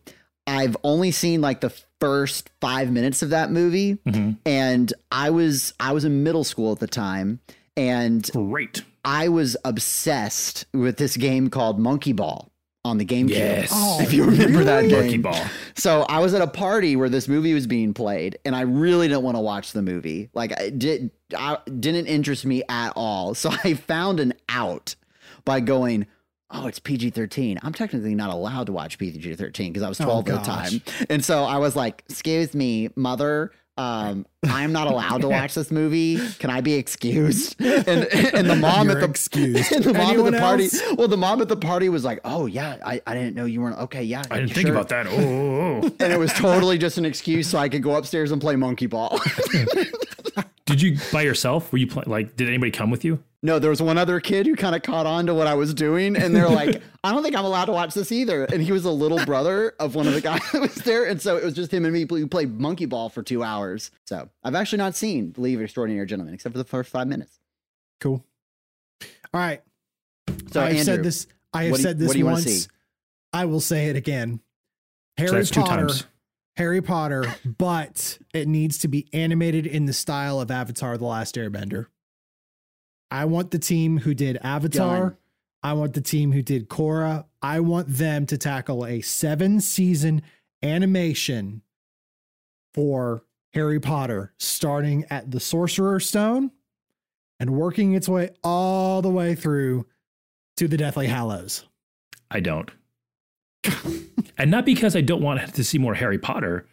D: I've only seen like the first five minutes of that movie,
C: Mhm.
D: and I was I was in middle school at the time, and
C: Great.
D: I was obsessed with this game called Monkey Ball on the GameCube.
C: Yes. Oh,
D: if you remember that game.
C: Monkey ball.
D: So I was at a party where this movie was being played, and I really didn't want to watch the movie. Like, it did I, didn't interest me at all. So I found an out by going, "Oh, it's PG thirteen. I'm technically not allowed to watch PG thirteen because I was
B: Oh,
D: 12 at the
B: gosh.
D: time." And so I was like, "Excuse me, mother." Um, I'm not allowed to watch this movie. Can I be excused? And and the mom
B: You're
D: at the
B: excused.
D: and the mom
B: Anyone
D: at the party.
B: else?
D: Well, the mom at the party was like, "Oh yeah, I, I didn't know you weren't okay. Yeah,
C: I didn't think
D: sure."
C: about that. Oh, Oh. oh.
D: and it was totally just an excuse so I could go upstairs and play monkey ball.
C: Did you by yourself? Were you playing? Like, did anybody come with you?
D: no, there was one other kid who kind of caught on to what I was doing, and they're like, "I don't think I'm allowed to watch this either." And he was a little brother of one of the guys that was there, and so it was just him and me. We played monkey ball for two hours. So I've actually not seen The League of Extraordinary Gentlemen except for the first five minutes.
B: cool. All right.
D: So
B: I have
D: Andrew,
B: said this. I have
D: what do you-
B: said
D: what
B: this
D: do you wanna
B: once.
D: see?
B: I will say it again. Harry
C: so that's two
B: Potter.
C: times.
B: Harry Potter, but it needs to be animated in the style of Avatar The Last Airbender. I want the team who did Avatar.
D: Done.
B: I want the team who did Korra. I want them to tackle a seven season animation for Harry Potter, starting at the Sorcerer's Stone and working its way all the way through to the Deathly Hallows.
C: I don't. and not because I don't want to see more Harry Potter.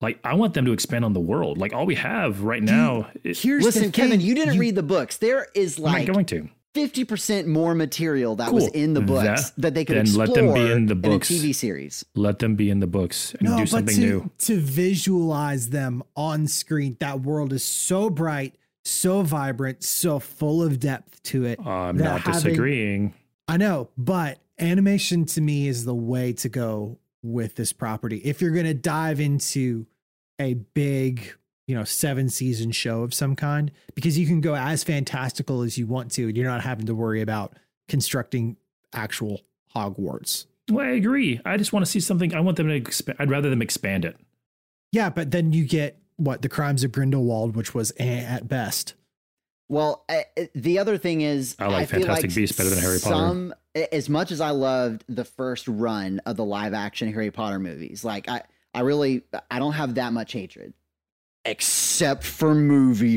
C: Like, I want them to expand on the world. Like, all we have right now is.
B: Here's the
D: listen, Kevin,
B: thing.
D: you didn't read the books. There is
C: I'm
D: like
C: not going to.
D: fifty percent more material that was
C: Cool.
D: in the books that,
C: That-
D: they could
C: then
D: explore
C: let them be in the books.
D: in a TV series.
C: Let them be in the books and do something
B: to,
C: new.
B: To visualize them on screen, that world is so bright, so vibrant, so full of depth to it.
C: I'm
B: that
C: not
B: having-
C: disagreeing.
B: I know, but animation to me is the way to go with this property. If you're going to dive into a big, you know, seven season show of some kind, because you can go as fantastical as you want to, and you're not having to worry about constructing actual Hogwarts.
C: Well, I agree. I just want to see something. I want them to expand. I'd rather them expand it.
B: Yeah, but then you get what the crimes of Grindelwald, which was eh at best.
D: Well, I, I- the other thing is,
C: I like
D: feel
C: Fantastic Beasts better than Harry Potter.
D: Some, as much as I loved the first run of the live action Harry Potter movies, like I, I really, I don't have that much hatred, except for movie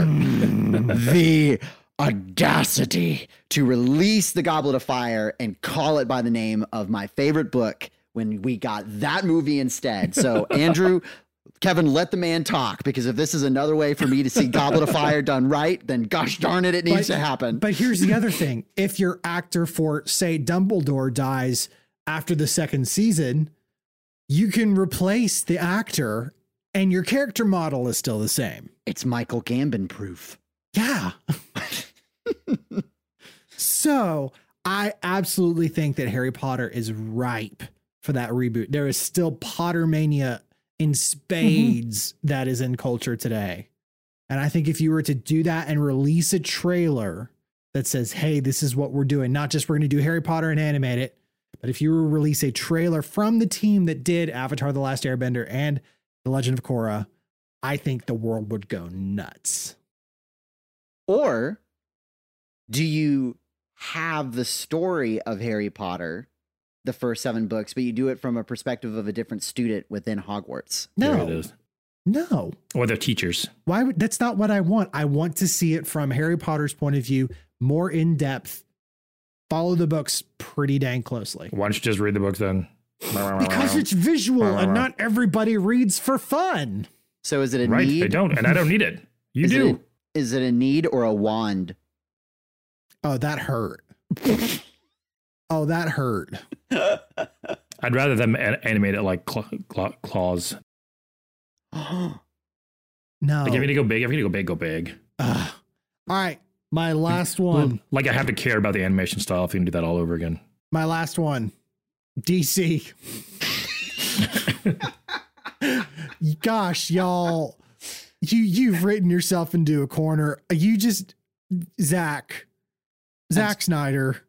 D: the audacity to release the Goblet of Fire and call it by the name of my favorite book when we got that movie instead. So Andrew. Kevin, let the man talk because if this is another way for me to see Goblet of Fire done right, then gosh darn it, it needs
B: But-
D: to happen.
B: But here's the other thing: if your actor for, say, Dumbledore dies after the second season, you can replace the actor, and your character model is still the same.
D: It's Michael Gambon proof.
B: Yeah. so I absolutely think that Harry Potter is ripe for that reboot. There is still Pottermania in spades that is in culture today. And I think if you were to do that and release a trailer that says, hey, this is what we're doing, not just we're going to do Harry Potter and animate it, but if you were to release a trailer from the team that did Avatar The Last Airbender and The Legend of Korra, I think the world would go nuts.
D: Or do you have the story of Harry Potter, the first seven books, but you do it from a perspective of a different student within Hogwarts.
C: There it
B: No,
C: is.
B: no.
C: Or their teachers.
B: Why would that's not what I want? I want to see it from Harry Potter's point of view, more in depth. Follow the books pretty dang closely.
C: Why don't you just read the book then?
B: Because it's visual and not everybody reads for fun.
D: So is it a
C: right.
D: need?
C: They don't, and I don't need it. You
D: Is it
C: do.
D: a- is it a need or a wand?
B: Oh, that hurt. oh, that hurt.
C: I'd rather them an- animate it like cla cla- claws.
B: No.
C: Like
B: Oh.
C: if you're gonna go big, if you're gonna go big, go big.
B: Ugh. All right. My last one.
C: Like I have to care about the animation style if you can do that all over again.
B: My last one. DC. Gosh, y'all. You you've written yourself into a corner. You just Zach. Zack Snyder.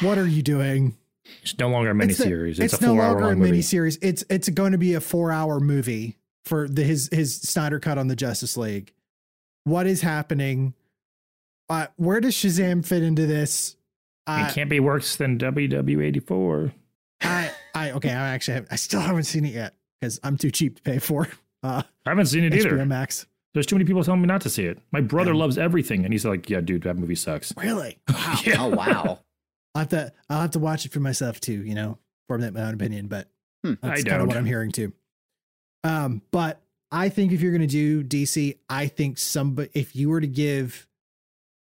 B: What are you doing?
C: It's no longer a
B: It's the-
C: miniseries. It's,
B: It's,
C: a
B: no
C: four hour
B: longer a
C: long movie.
B: miniseries. It's it's going to be a four hour movie for the his his Snyder cut on the Justice League. What is happening? Uh, where does Shazam fit into this? Uh,
C: It
B: I,
C: can't be worse than WW84.
B: I I okay. I actually have, I still haven't seen it yet because I'm too cheap to pay for uh,
C: I haven't seen it
B: HBO
C: either.
B: Max.
C: There's too many people telling me not to see it. My brother
B: Yeah.
C: loves everything, and he's like, "Yeah, dude, that movie sucks."
B: Really?
C: Yeah.
D: Oh wow.
B: I have to I'll have to watch it for myself too. You know, form that my own opinion, but
D: Hmm.
B: that's
C: I
B: kind of what
C: don't.
B: I'm hearing too. Um, but I think if you're gonna do DC, I think somebody if you were to give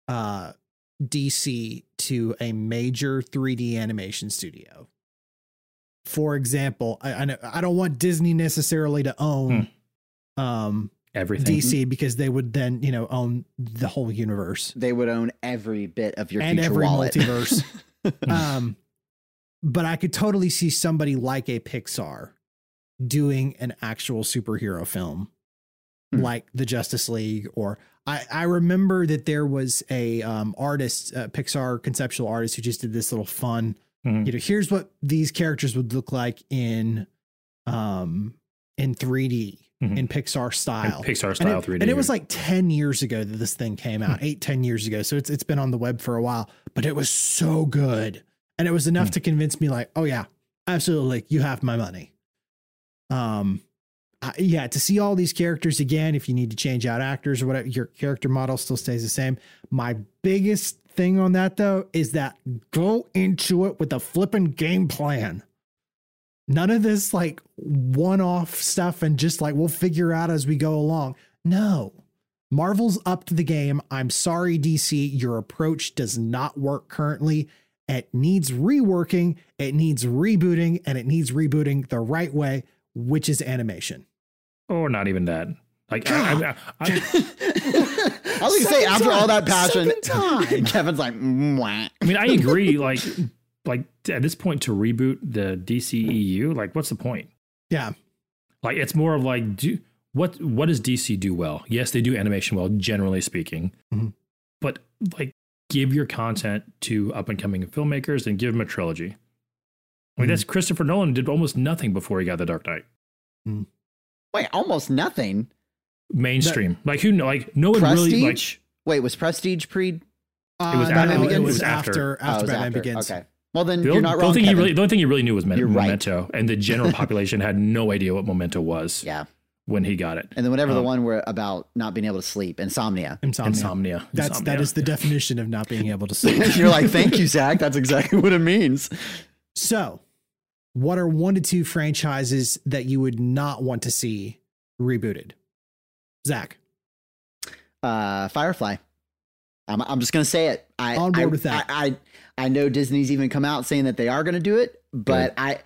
B: uh DC to a major 3D animation studio. For example, I, I know I don't want Disney necessarily to own um
C: Everything.
B: DC because they would then, you know, own the whole universe.
D: They would own every bit of your
B: And
D: future
B: every
D: wallet.
B: multiverse. um, but I could totally see somebody like a Pixar doing an actual superhero film
D: Hmm.
B: like the Justice League or I, I remember that there was a um, artist, uh, Pixar conceptual artist who just did this little fun,
C: Mhm.
B: you know, here's what these characters would look like in um in 3D
C: Mhm.
B: in Pixar
C: And
B: style.
C: Pixar
B: And
C: style
B: it-
C: 3D.
B: And it was like 10 years ago that this thing came out, eight, 10 years ago. So it's it's been on the web for a while, but it was so good. And it was enough to convince me, like, oh yeah, absolutely, you have my money. Um I- yeah, to see all these characters again, if you need to change out actors or whatever, your character model still stays the same. My biggest thing on that though is that go into it with a flippin' game plan. None of this like one off stuff and just like we'll figure out as we go along. No. Marvel's upped the game. I'm sorry, DC. Your approach does not work currently. It needs reworking, it needs rebooting, and it needs rebooting the right way, which is animation.
C: or not even that. Like, I, I, I,
D: I was gonna say
B: Seven
D: after all that passion,
B: times, seven times.
D: Kevin's like, "Mm, Mwah.
C: I mean, I agree. Like, like at this point to reboot the DCEU, like, what's the point?
B: Yeah.
C: Like, it's more of like, do what? What does DC do well? Yes, they do animation well, generally speaking.
D: Mm-hmm.
B: Mhm.
C: But like, give your content to up and coming filmmakers and give them a trilogy. I
D: Mm-hmm.
C: mean, that's Christopher Nolan did almost nothing before he got The Dark Knight.
D: wait, almost nothing.
C: Mainstream, like who, kn- like no one
D: Prestige.
C: really like
D: wait, was Prestige pre?
B: Uh,
C: was
B: no,
C: Batman
B: it was
D: Begins? It was
C: after.
B: after,
D: oh, it
B: after
D: was
B: Batman
D: after.
B: Begins.
D: Okay. Well then,
C: The
D: you're
C: only-
D: not
C: the
D: wrong.
C: only thing
D: Kevin.
C: he really, the only thing he really knew was Men-
D: You're right.
C: Memento, and the general population had no idea what Memento was
D: yeah.
C: when he got it.
D: And then whatever the
C: Um,
D: one were about not being able to sleep, insomnia.
B: Insomnia.
C: Insomnia.
B: That's
C: Insomnia.
B: that is the definition of not being able to sleep.
D: You're like, thank you, Zach. That's exactly what it means.
B: So, what are one to two franchises that you would not want to see rebooted? Zach,
D: Uh, Firefly. I'm, I'm just gonna say it. I,
B: On board
D: I-
B: with that.
D: I, I I know Disney's even come out saying that they are gonna do it, but I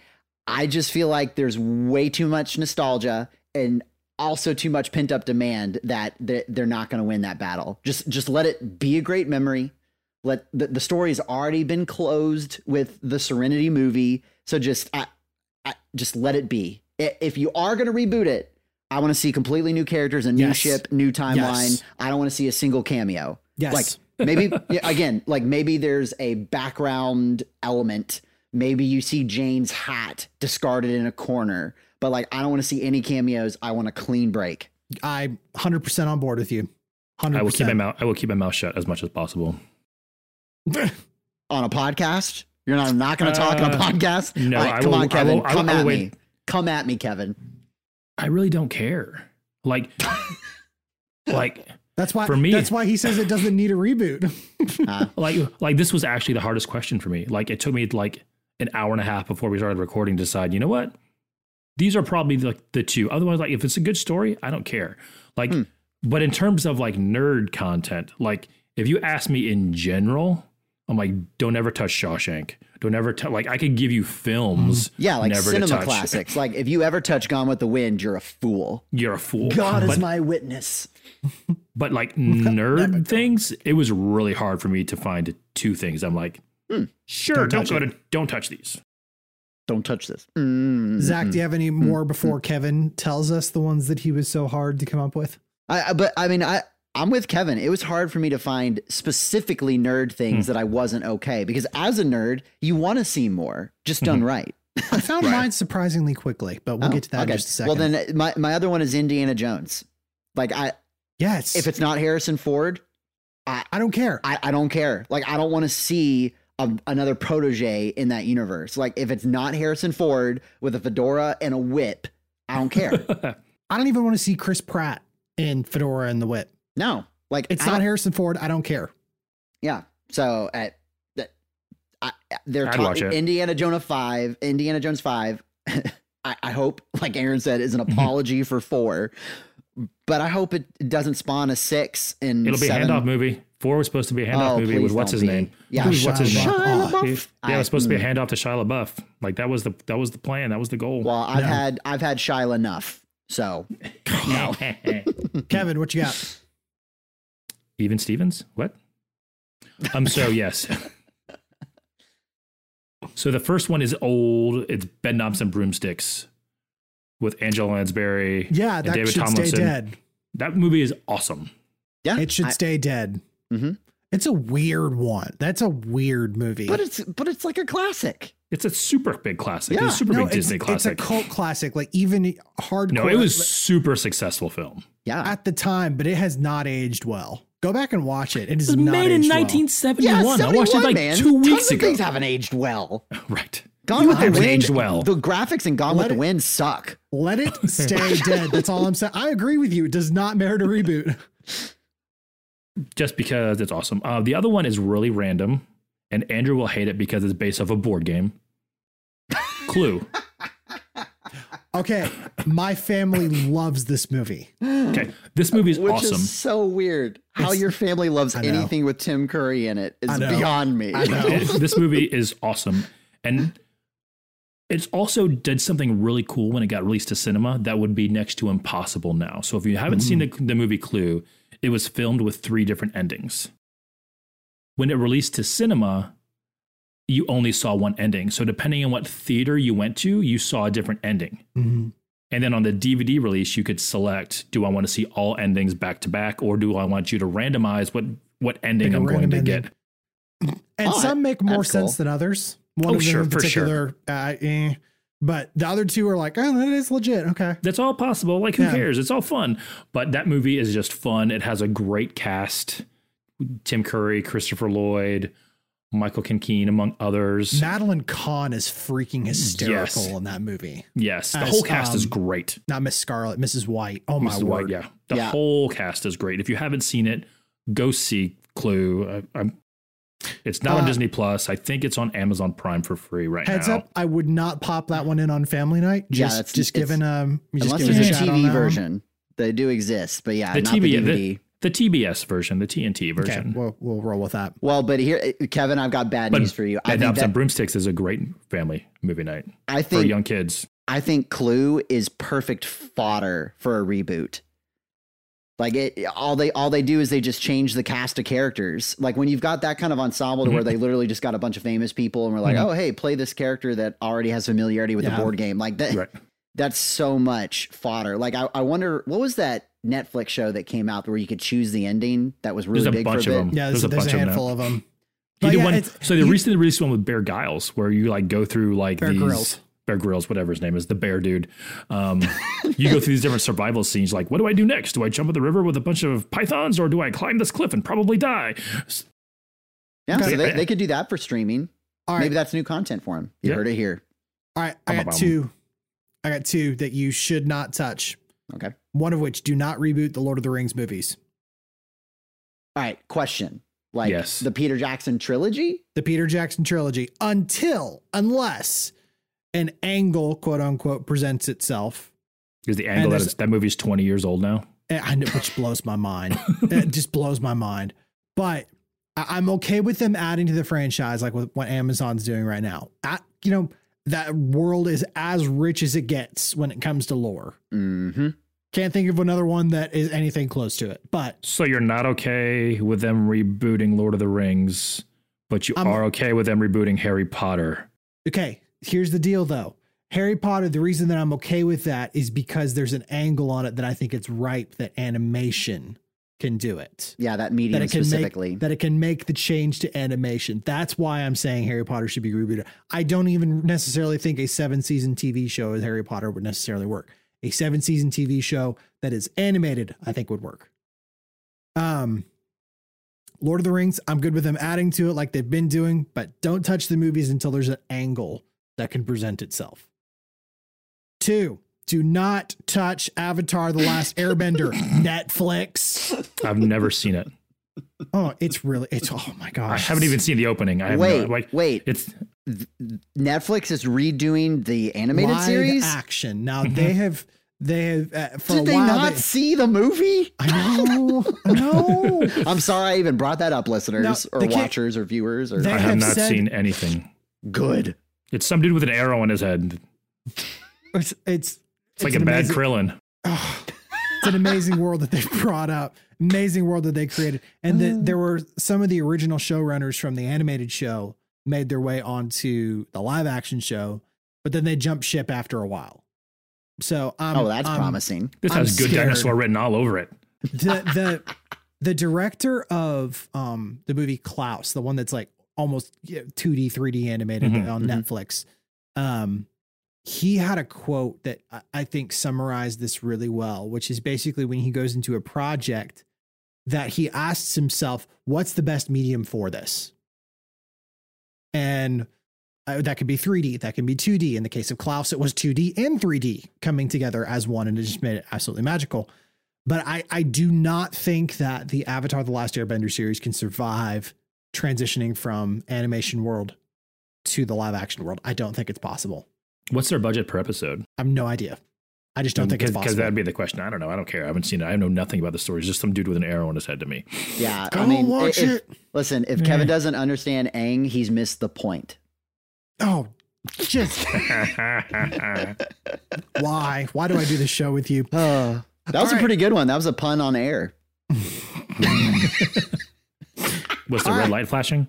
D: I just feel like there's way too much nostalgia and also too much pent up demand that they're, they're not gonna win that battle. Just just let it be a great memory. Let the, the story's already been closed with the Serenity movie, so just I, I just let it be. I- If you are gonna reboot it, I want to see completely new characters, a new
B: Yes.
D: ship, new timeline.
B: Yes.
D: I don't want to see a single cameo.
B: yes,
D: Like maybe yeah, again, like maybe there's a background element. Maybe you see Jane's hat discarded in a corner, but like I don't want to see any cameos. I want a clean break.
B: I'm 100 percent on board with you. 100%.
C: I will keep my mouth. I will keep my mouth shut as much as possible.
D: on a podcast. You're not, I'm not going to talk on a
C: Uh,
D: podcast.
C: no,
D: Like,
C: I
D: come
C: will-
D: on,
C: I
D: Kevin.
C: will- I will-
D: come
C: I will
D: at me.
C: wait.
D: Come at me, Kevin.
C: I really don't care. Like, like,
B: That's why
C: For me-
B: That's why he says it doesn't need a reboot.
D: Uh,
C: like, like this was actually the hardest question for me. Like, it took me like an hour and a half before we started recording to decide. You know what? These are probably like the two. Otherwise, like, if it's a good story, I don't care. Like,
D: Hmm.
C: but in terms of like nerd content, like, if you ask me in general, I'm like, don't ever touch Shawshank. Don't ever touch. Like, I could give you films.
D: Hmm. Yeah, like
C: never to
D: cinema
C: touch.
D: classics. Like if you ever touch Gone with the Wind, you're a fool.
C: You're a fool.
D: God
C: But-
D: is my witness.
C: but like nerd things, it was really hard for me to find two things. I'm like, sure, don't, go to, don't touch these.
D: Don't touch this. Mm.
B: Zach, do you have any more before
D: Mm-hmm.
B: Kevin tells us the ones that he was so hard to come up with?
D: I, I- but I mean, I I'm with Kevin. It was hard for me to find specifically nerd things
B: Hmm.
D: that I wasn't okay because as a nerd, you want to see more just done right.
B: I found mine surprisingly quickly, but Hmm. we'll
D: Oh,
B: get to that
D: okay.
B: in just a second.
D: Well, then my my other one is Indiana Jones. Like I,
B: yes,
D: if it's not Harrison Ford,
B: I don't care.
D: I, I don't care. Like I don't want to see a, another protege in that universe. Like if it's not Harrison Ford with a fedora and a whip, I don't care.
B: I don't even want to see Chris Pratt in Fedora and the Whip.
D: no, like
B: It's
D: I
B: not
D: don't-
B: Harrison Ford. I don't care.
D: Yeah. So at that, I, they're
C: I'd
D: ta-
C: watch it.
D: Indiana Jones five. Indiana Jones five. I, I hope, like Aaron said, is an apology for four, but I hope it doesn't spawn a six and
C: It'll be
D: seven.
C: a handoff movie. Four was supposed to be a handoff
D: Oh,
C: movie
D: please
C: with what's
D: don't
C: his
D: be.
C: name?
D: Yeah,
C: Who's what's his
B: Shia
C: name?
D: LaBeouf.
C: Yeah,
D: LaBeouf.
C: yeah, it was supposed to be
D: I- mm.
C: a handoff to Shia LaBeouf. Like that was the that was the plan. That was the goal.
D: Well, I've had I've had Shia enough. So no. Mm-hmm.
B: Kevin, what you got?
C: Even Stevens? What? Um. So yes. So the first one is old. It's Bed Knobs and Broomsticks with Angela Lansbury.
B: Yeah,
C: and
B: that
C: David
B: should
C: Tomlinson.
B: stay dead.
C: That movie is awesome.
D: yeah,
B: It should
D: I-
B: stay dead.
D: Mhm.
B: It's a weird one. That's a weird movie.
D: but it's but it's like a classic.
C: It's a super big classic.
D: Yeah,
C: it's a super
B: no,
C: big
B: it's,
C: Disney classic.
B: it's a cult classic. Like even hardcore.
C: no, it was super successful film.
D: Yeah,
B: at the time, but it has not aged well. Go back and watch it. It is not
C: made in
B: aged well.
C: 1971. I watched it
D: 71,
C: like
D: man.
C: two weeks
D: Tons of
C: ago.
D: things haven't aged well.
C: Right.
D: Gone with the
C: haven't
D: Wind.
C: aged well.
D: The graphics in
B: Let
D: Gone with
B: it-
D: the Wind suck.
B: Let it stay dead. That's all I'm saying. I agree with you. It does not merit a reboot.
C: Just because it's awesome. Uh, the other one is really random, and Andrew will hate it because it's based off a board game. Clue.
B: Okay, my family loves this movie.
C: Okay. This movie is
D: Which
C: awesome.
D: is so weird. How your family loves
B: I know.
D: anything with Tim Curry in it is
B: I know.
D: beyond me.
B: I know.
C: this movie is awesome. And it's also did something really cool when it got released to cinema that would be next to impossible now. So if you haven't seen
B: Mm.
C: the, the movie Clue, it was filmed with three different endings. When it released to cinema, you only saw one ending. So depending on what theater you went to, you saw a different ending. And then on the DVD release, you could select: Do I want to see all endings back to back, or do I want you to randomize what what ending
B: Pick a
C: I'm going to
B: random ending.
C: get?
B: And
D: Oh,
B: some make more
D: that's cool.
B: sense than others. One
C: Oh,
B: of them
C: sure,
B: in
C: for sure.
B: particular, uh, eh. but the other two are like, oh, that is legit. Okay.
C: that's all possible. Like, who
B: Yeah.
C: cares? It's all fun. But that movie is just fun. It has a great cast: Tim Curry, Christopher Lloyd, Michael Kinkeen, among others.
B: Madeline Kahn is freaking hysterical
C: Yes.
B: in that movie.
C: yes, the
B: As,
C: whole cast is
B: um,
C: great.
B: Not Miss Scarlet, Mrs. White. Oh my
C: Mrs.
B: word.
C: White, yeah, the
D: Yeah.
C: whole cast is great. If you haven't seen it, go see Clue. I, I'm, it's not on
B: Uh,
C: Disney Plus. I think it's on Amazon Prime for free right
B: Heads
C: now.
B: up, I would not pop that one in on family night.
D: Yeah,
B: Just,
D: that's-
B: just
D: it's-
B: giving um, you just
D: Unless
B: giving
D: there's
B: a
D: a
B: shout on that
D: TV
B: one.
D: version. They do exist, but yeah,
C: The
D: not
C: TV
D: the DVD.
C: the TBS version, the TNT
B: Okay,
C: version.
B: we'll we'll roll with that.
D: well, but here, Kevin, I've got bad
C: But
D: news for you. I
C: Bed
D: think,
C: Knobs and
D: that,
C: Broomsticks is a great family movie night
D: I
C: for
D: think,
C: young kids.
D: I think Clue is perfect fodder for a reboot. Like it, all they all they do is they just change the cast of characters. Like when you've got that kind of ensemble to where
C: Mm-hmm.
D: they literally just got a bunch of famous people and we're like,
C: Mhm.
D: oh hey, play this character that already has familiarity with
B: Yeah.
D: the board game. Like that,
C: Right.
D: that's so much fodder. Like I, I wonder what was that Netflix show that came out where you could choose the ending that was really
C: There's a
D: big
C: bunch
D: for a
C: of
D: bit?
C: them.
B: Yeah, there's,
C: There's
B: a,
C: a
B: there's
C: bunch
B: a
C: of them
B: handful of them.
C: He
B: But
C: did
B: yeah,
C: one.
B: it's-
C: So they
B: you-
C: recently released one with Bear Giles, where you like go through like
B: Bear
C: these
B: Grylls.
C: Bear Grylls, whatever his name is, the bear dude. Um, you go through these different survival scenes. Like, what do I do next? Do I jump in the river with a bunch of pythons, or do I climb this cliff and probably die? S-
D: Yeah,
B: Okay.
D: so they, they could do that for streaming.
B: All right.
D: Maybe that's new content for him. You
C: Yeah.
D: heard it here.
B: All right, I
C: I'm
B: got
C: about 'em.
B: two. I got two that you should not touch.
D: Okay.
B: One of which do not reboot the Lord of the Rings movies.
D: All right, question. Like
C: Yes.
D: the Peter Jackson trilogy?
B: The Peter Jackson trilogy until unless an angle quote unquote presents itself.
C: Is the angle that
B: there's-
C: it's, that movie's twenty years old now?
B: Eh, I know which blows my mind. it just blows my mind. But I- I'm okay with them adding to the franchise like with what Amazon's doing right now. I, you know, that world is as rich as it gets when it comes to lore.
D: Mm-hmm.
B: Can't think of another one that is anything close to it. But
C: So you're not okay with them rebooting Lord of the Rings, but you
B: I'm-
C: are okay with them rebooting Harry Potter.
B: Okay, here's the deal though. Harry Potter, the reason that I'm okay with that is because there's an angle on it that I think it's ripe that animation can do it.
D: Yeah, that medium
B: That it can make
D: specifically.
B: that it can make the change to animation. That's why I'm saying Harry Potter should be rebooted. I don't even necessarily think a seven season TV show as Harry Potter would necessarily work. A seven season TV show that is animated, I think, would work. Um, Lord of the Rings, I'm good with them adding to it like they've been doing, but don't touch the movies until there's an angle that can present itself. Two, do not touch Avatar: The Last Airbender. Netflix.
C: I've never seen it.
B: Oh, it's really it's oh my gosh.
C: I haven't even seen the opening. I have
D: wait,
C: no, like
D: wait.
C: it's
D: Netflix is redoing the animated
B: live
D: series? Mm-hmm.
B: action. Now they have they have uh, for a
D: Did they
B: while.
D: not
B: they-
D: see the movie?
B: I know, I know.
D: I'm sorry I even brought that up, listeners
B: No,
D: or
B: they can't-
D: watchers or viewers or
B: They Um,
C: I
B: have
C: have not
B: said-
C: seen anything.
D: good.
C: It's some dude with an arrow on his head.
B: It's it's,
C: It's, like
B: an
C: a bad
B: amazing-
C: Krillin.
B: oh, it's an amazing world that they brought up. Amazing world that they created, and
D: Uh.
B: that there were some of the original showrunners from the animated show made their way onto the live action show, but then they jumped ship after a while. So um,
D: oh, that's
B: um,
D: promising.
C: This
B: I'm
C: has good
B: scared.
C: dinosaur written all over it.
B: the the the director of um the movie Klaus, the one that's like almost two D three D animated
C: Mhm,
B: on
D: mhm.
B: Netflix, um, he had a quote that I, I think summarized this really well, which is basically when he goes into a project that he asks himself, "What's the best medium for this?" And uh, that could be 3D, that can be 2D. In the case of Klaus, it was 2D and 3D coming together as one, and it just made it absolutely magical. But I, I do not think that the Avatar The Last Airbender series can survive transitioning from animation world to the live action world. I don't think it's possible.
C: What's their budget per episode?
B: I have no idea. I just
D: Mm,
B: don't think it's
C: because
B: possible.
C: that'd be the question. I don't know. I don't care. I haven't seen it. I know nothing about the story. It's just some dude with an arrow on his head to me.
D: Yeah.
B: Go
D: I mean,
B: watch
D: if-
B: it.
D: Listen, if
C: Yeah.
D: Kevin doesn't understand Aang, he's missed the point.
B: Oh, just why? Why do I do this show with you?
D: Uh, that
B: All
D: was a
B: right.
D: pretty good one. That was a pun on air.
C: Was the
B: All
C: red
B: right.
C: light flashing?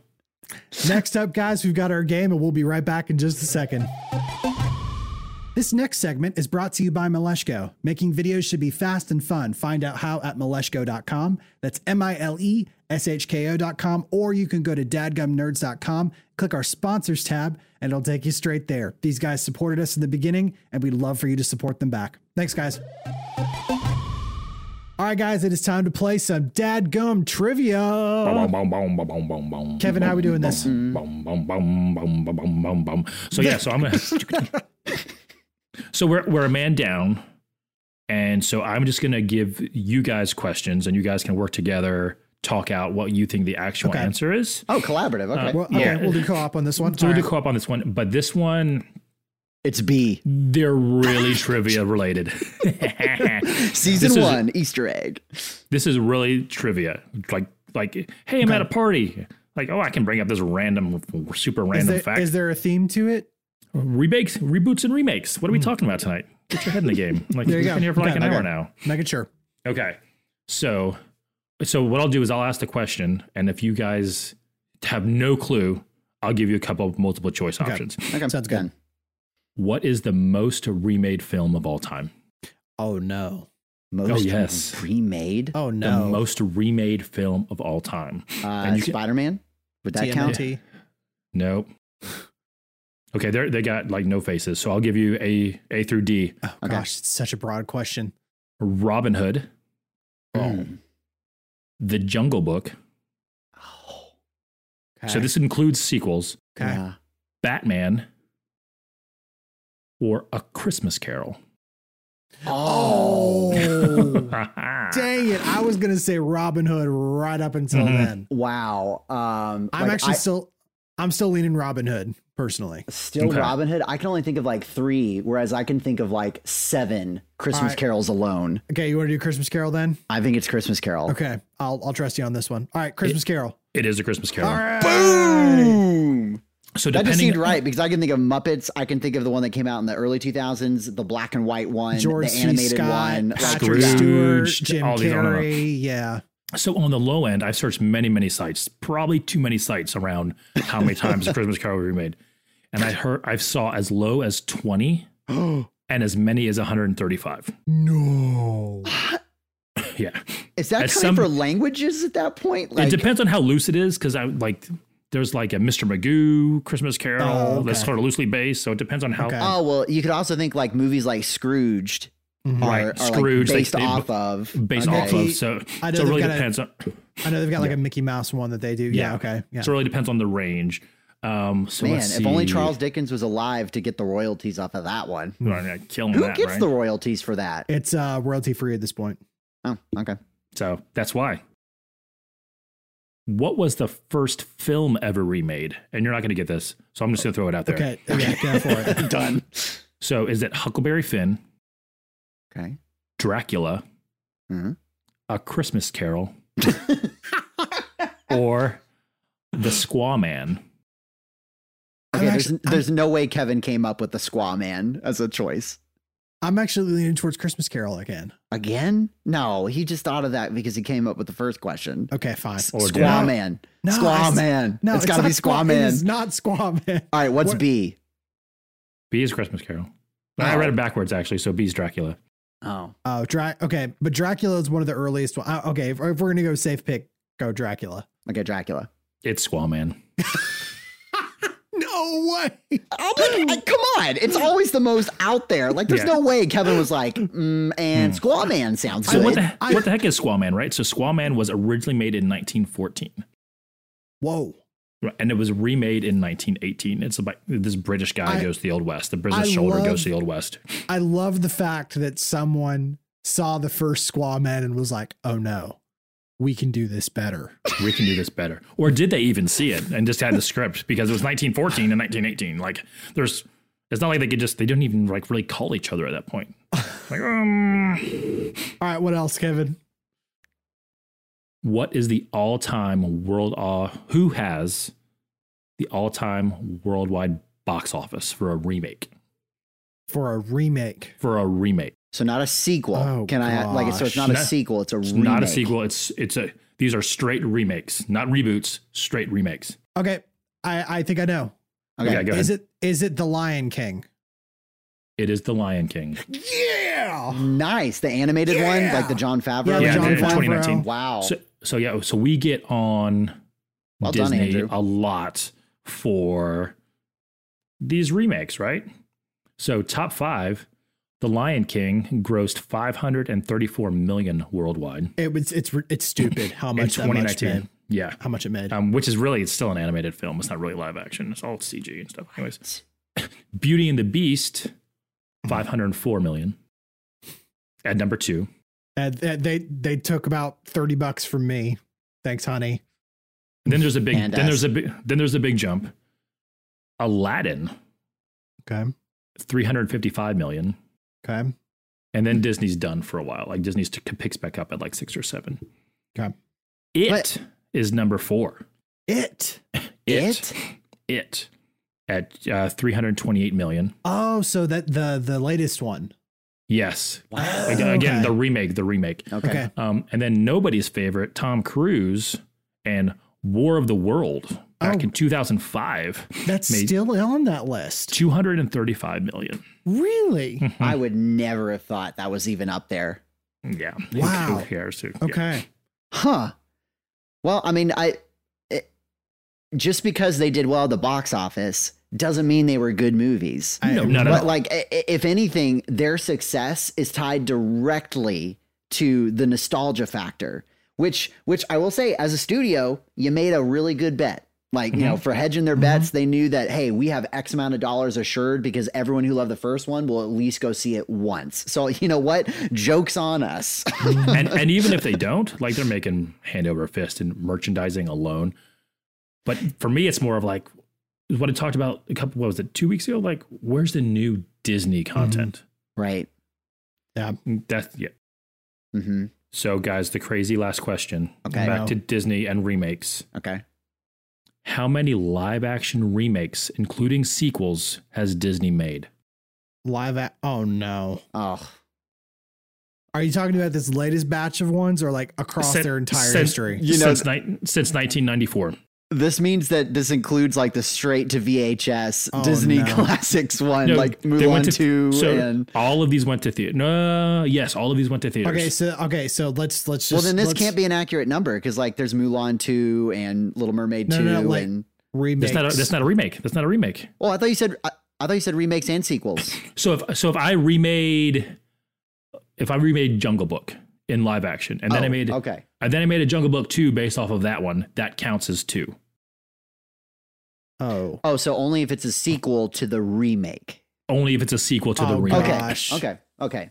B: Next up, guys, we've got our game, and we'll be right back in just a second. This next segment is brought to you by Mileshko. Making videos should be fast and fun. Find out how at mileshko.com. That's M I L E S H K O.com. Or you can go to dadgumnerds.com, click our sponsors tab, and it'll take you straight there. These guys supported us in the beginning, and we'd love for you to support them back. Thanks, guys. All right, guys, it is time to play some dadgum trivia. Kevin,
C: Kevin,
B: Uh, how we doing this?
C: So yeah, so I'm gonna. so we're we're a man down, and so I'm just gonna give you guys questions, and you guys can work together, talk out what you think the actual
B: Okay.
C: answer is.
D: Oh, collaborative. Okay.
B: Uh, Well, okay,
C: Yeah.
B: we'll do co-op on this one.
C: So
B: All
C: we'll do
B: right.
C: co-op on this one, but this one
D: it's B.
C: they're really trivia related.
D: Season
C: This is-
D: one, Easter egg.
C: this is really trivia. Like like, hey, I'm at a party. Like, oh, I can bring up this random, super
B: is,
C: random
B: there,
C: fact.
B: is there a theme to it?
C: Remakes, reboots, and remakes. What are we talking about tonight? Get your head in the game. Like
B: Hmm. There you
C: we've
B: go.
C: been here for like
B: Okay,
C: an
B: okay.
C: hour now.
B: Making sure.
C: Okay. So, so what I'll do is I'll ask the question, and if you guys have no clue, I'll give you a couple of multiple choice
B: Okay.
C: options.
D: Okay.
B: Sounds good.
D: Done.
C: What is the most remade film of all time?
B: Oh no.
D: Most
C: Oh, yes.
D: remade.
B: Oh
C: The
B: no.
C: most remade film of all time.
D: Uh,
C: and you can-
D: Spider Man. Would that count?
B: TMNT.
C: Nope. Okay, they they got like no faces, so I'll give you A A through D.
B: Oh
D: Okay.
B: gosh, it's such a broad question.
C: Robin Hood,
D: Mm.
C: The Jungle Book,
D: Oh.
C: So this includes sequels
B: Okay.
D: Yeah.
C: Batman or A Christmas Carol.
B: Oh,
C: Dang.
B: dang it! I was gonna say Robin Hood right up until
C: Mhm.
B: then.
D: Wow. Um,
B: I'm
D: like,
B: actually
D: I-
B: still, I'm still leaning Robin Hood personally.
D: still
C: Okay.
D: Robin Hood. I can only think of like three, whereas I can think of like seven Christmas
B: Alright.
D: carols alone.
B: Okay, you want to do Christmas Carol then?
D: I think it's Christmas Carol.
B: Okay, I'll I'll trust you on this one. All right, Christmas Carol.
C: It is A Christmas Carol.
B: All right.
D: Boom.
C: So
D: That just
C: depending
D: seemed right because I can think of Muppets. I can think of the one that came out in the early 2000s, the black and white one,
B: George
D: the
B: C.
D: animated
B: Scott,
D: one. like,
B: Patrick
D: yeah.
B: Stewart,
C: Scrooged,
B: Jim
C: all these on and on.
B: Carrey. Yeah,
C: So on the low end, I've searched many, many sites, probably too many sites around how many times a Christmas Carol was remade, and I heard I've saw as low as twenty and as many as 135.
B: no.
C: yeah,
D: Is that coming
C: As some-
D: for languages at that point? Like,
C: it depends on how loose it is because I like there's like a Mr. Magoo Christmas Carol
B: Oh, okay.
C: that's sort of loosely based, so it depends on how
B: Okay.
D: Oh well, you could also think like movies like Scrooged
B: Mhm.
D: are,
C: Right,
D: are, like,
C: Scrooge, like,
D: based
C: they-
D: off of
C: based
D: Okay.
C: off of. So,
B: I know
C: so it
B: they've
C: really
B: got a-
C: depends on.
B: I know they've got like a Mickey Mouse one that they do. Yeah,
C: Yeah.
B: okay. Yeah.
C: So it really depends on the range. Um, so
D: Man,
C: let's
D: if only
C: see.
D: Charles Dickens was alive to get the royalties off of that one.
C: Right, yeah, killing
D: Who
C: that,
D: gets
C: right?
D: the royalties for that?
B: It's uh royalty free at this point.
D: Oh, okay.
C: So that's why. What was the first film ever remade? And you're not going to get this, so I'm just going to throw it out there.
B: Okay. Okay. Go for it.
D: Done.
C: So is it Huckleberry Finn,
D: Okay.
C: Dracula,
B: Mm-hmm.
D: Mhm.
C: A Christmas Carol, or The Squaw Man?
B: I'm
D: Okay, there's,
B: actually-
D: there's no way Kevin came up with the Squaw Man as a choice.
B: I'm actually leaning towards Christmas Carol again.
D: Again? No, he just thought of that because he came up with the first question.
B: Okay, fine.
C: Or
D: Squaw
C: did Oh, I?
D: Man.
B: No,
D: Squaw
B: it's-
D: Man. it's got to
B: not
D: be Squaw Man.
B: It is not Squaw Man.
D: All right, what's
B: What-
D: B?
C: B is Christmas Carol. I
D: Oh.
C: read it backwards actually, so B is Dracula.
D: Oh.
B: Oh, Dra- okay, but Dracula is one of the earliest. One. Uh, okay, if, if we're gonna go safe pick, go Dracula.
D: Okay, Dracula.
C: It's Squaw Man.
B: No way.
D: I'm like, I- come on. It's always the most out there. Like, there's
C: Yeah.
D: no way Kevin was like, mm, and Squaw Man sounds
C: So
D: good.
C: what the,
B: I-
C: what the heck is Squaw Man, right? So Squaw Man was originally made in 1914.
B: Whoa.
C: Right, And it was remade in 1918. It's about this British guy
B: I-
C: goes to the Old West. The British
B: I
C: soldier
B: love-
C: goes to the Old West.
B: I love the fact that someone saw the first Squaw Man and was like, "Oh no, we can do this better."
C: We can do this better. Or did they even see it and just had the script because it was 1914 and 1918? Like, there's, it's not like they could just, they didn't even like really call each other at that point. Like, um,
B: All right, what else, Kevin?
C: what is the all time world, uh, who has the all time worldwide box office for a remake?
B: For a remake.
C: For a remake.
D: so, not a sequel.
B: Oh,
D: Can I, like, so it's not a
C: gosh. No.
D: sequel. It's a
C: It's
D: remake.
C: not a sequel. It's, it's a, these are straight remakes, not reboots, straight remakes.
B: Okay, I I think I know.
D: Okay.
C: Okay, go ahead.
B: Is it is it the Lion King?
C: It is The Lion King.
B: Yeah.
D: Nice. The animated one, like the John Favreau.
B: the
C: Yeah,
B: John
C: in
B: Favreau.
C: 2019.
D: Wow.
C: So, so yeah, so we get on
D: Well done,
C: Disney
D: Andrew.
C: a lot for these remakes, right? So top five, The Lion King grossed 534 million worldwide
B: It was it's re- it's stupid how much
C: in
B: that much
C: 2019.
B: made,
C: yeah,
B: how much it made.
C: um, which is really it's still an animated film. It's not really live action. It's all CG and stuff. Anyways, Beauty and the Beast, 504 million. At number two,
B: Uh, th- they they took about thirty bucks from me. Thanks, honey.
C: And then there's a big
D: And
C: then
D: us.
C: there's a big then there's a big jump. Aladdin,
B: Okay.
C: 355 million.
B: Okay.
C: And then Disney's done for a while. Like Disney's t- picks back up at like 6 or 7.
B: Okay.
C: It is
D: But-
C: number 4.
B: It.
C: It it at uh, 328 million.
B: Oh, so that the the latest one.
C: Yes.
D: Wow.
C: Again, again,
B: Oh, Okay.
C: the remake, the remake.
D: Okay.
B: Okay.
C: Um, and then nobody's favorite, Tom Cruise and War of the World back
B: Oh.
C: in 2005,
B: That's
C: Made-
B: still on that list.
C: 235 million. Hmm.
B: Really?
D: I would never have thought that was even up there.
C: Yeah. Who-
B: Wow.
C: Who cares? Who- yeah.
B: Okay.
D: Huh. Well, I mean, I it, just because they did well at the box office doesn't mean they were good movies.
B: I-
C: No, not at
D: but
C: all.
D: like, i- i- if anything, their success is tied directly to the nostalgia factor. Which, which I will say, as a studio, you made a really good bet. Like, you know,
C: Mm-hmm.
D: for hedging their bets, they knew that, hey, we have X amount of dollars assured because everyone who loved the first one will at least go see it once. So, you know what? Joke's on us.
C: and and even if they don't, like they're making hand over fist in merchandising alone. But for me, it's more of like what I talked about a couple. What was it? Two weeks ago. Like, where's the new Disney
B: Mm-hmm.
C: content?
D: right.
C: That's yeah.
D: Mm-hmm.
C: So, guys, the crazy last question.
D: Okay.
C: Back to Disney and remakes.
D: Okay.
C: How many live action remakes, including sequels, has Disney made?
B: Live at oh no.
D: Oh,
B: Are you talking about this latest batch of ones or like across
C: Sin-
B: their entire
C: sin-
B: history?
D: You know-
C: since, ni- since 1994.
D: this means that this includes like the straight to VHS
B: Oh,
D: Disney
B: no.
D: classics one,
C: No,
D: like
C: they went
D: Mulan
C: to-
D: 2
C: So
D: and.
C: all of these went to theater. No, yes, all of these went to theaters.
B: Okay, so okay, so let's let's just
D: Well, then this
B: let's
D: can't be an accurate number because, like, there's Mulan 2 and Little Mermaid
B: No,
D: 2.
B: no, no, like-
D: and,
B: remakes.
C: that's not a, that's not a remake. That's not a remake.
D: well, I thought you said. I, I thought you said remakes and sequels.
C: So if so if I remade if I remade Jungle Book in live action and then I
D: Oh,
C: made
D: Okay.
C: and then I made a Jungle Book 2 based off of that one, that counts as 2.
B: oh.
D: Oh, so only if it's a sequel to the remake.
C: Only if it's a sequel to the
B: Oh,
C: remake.
D: Okay.
B: Gosh.
D: Okay. Okay.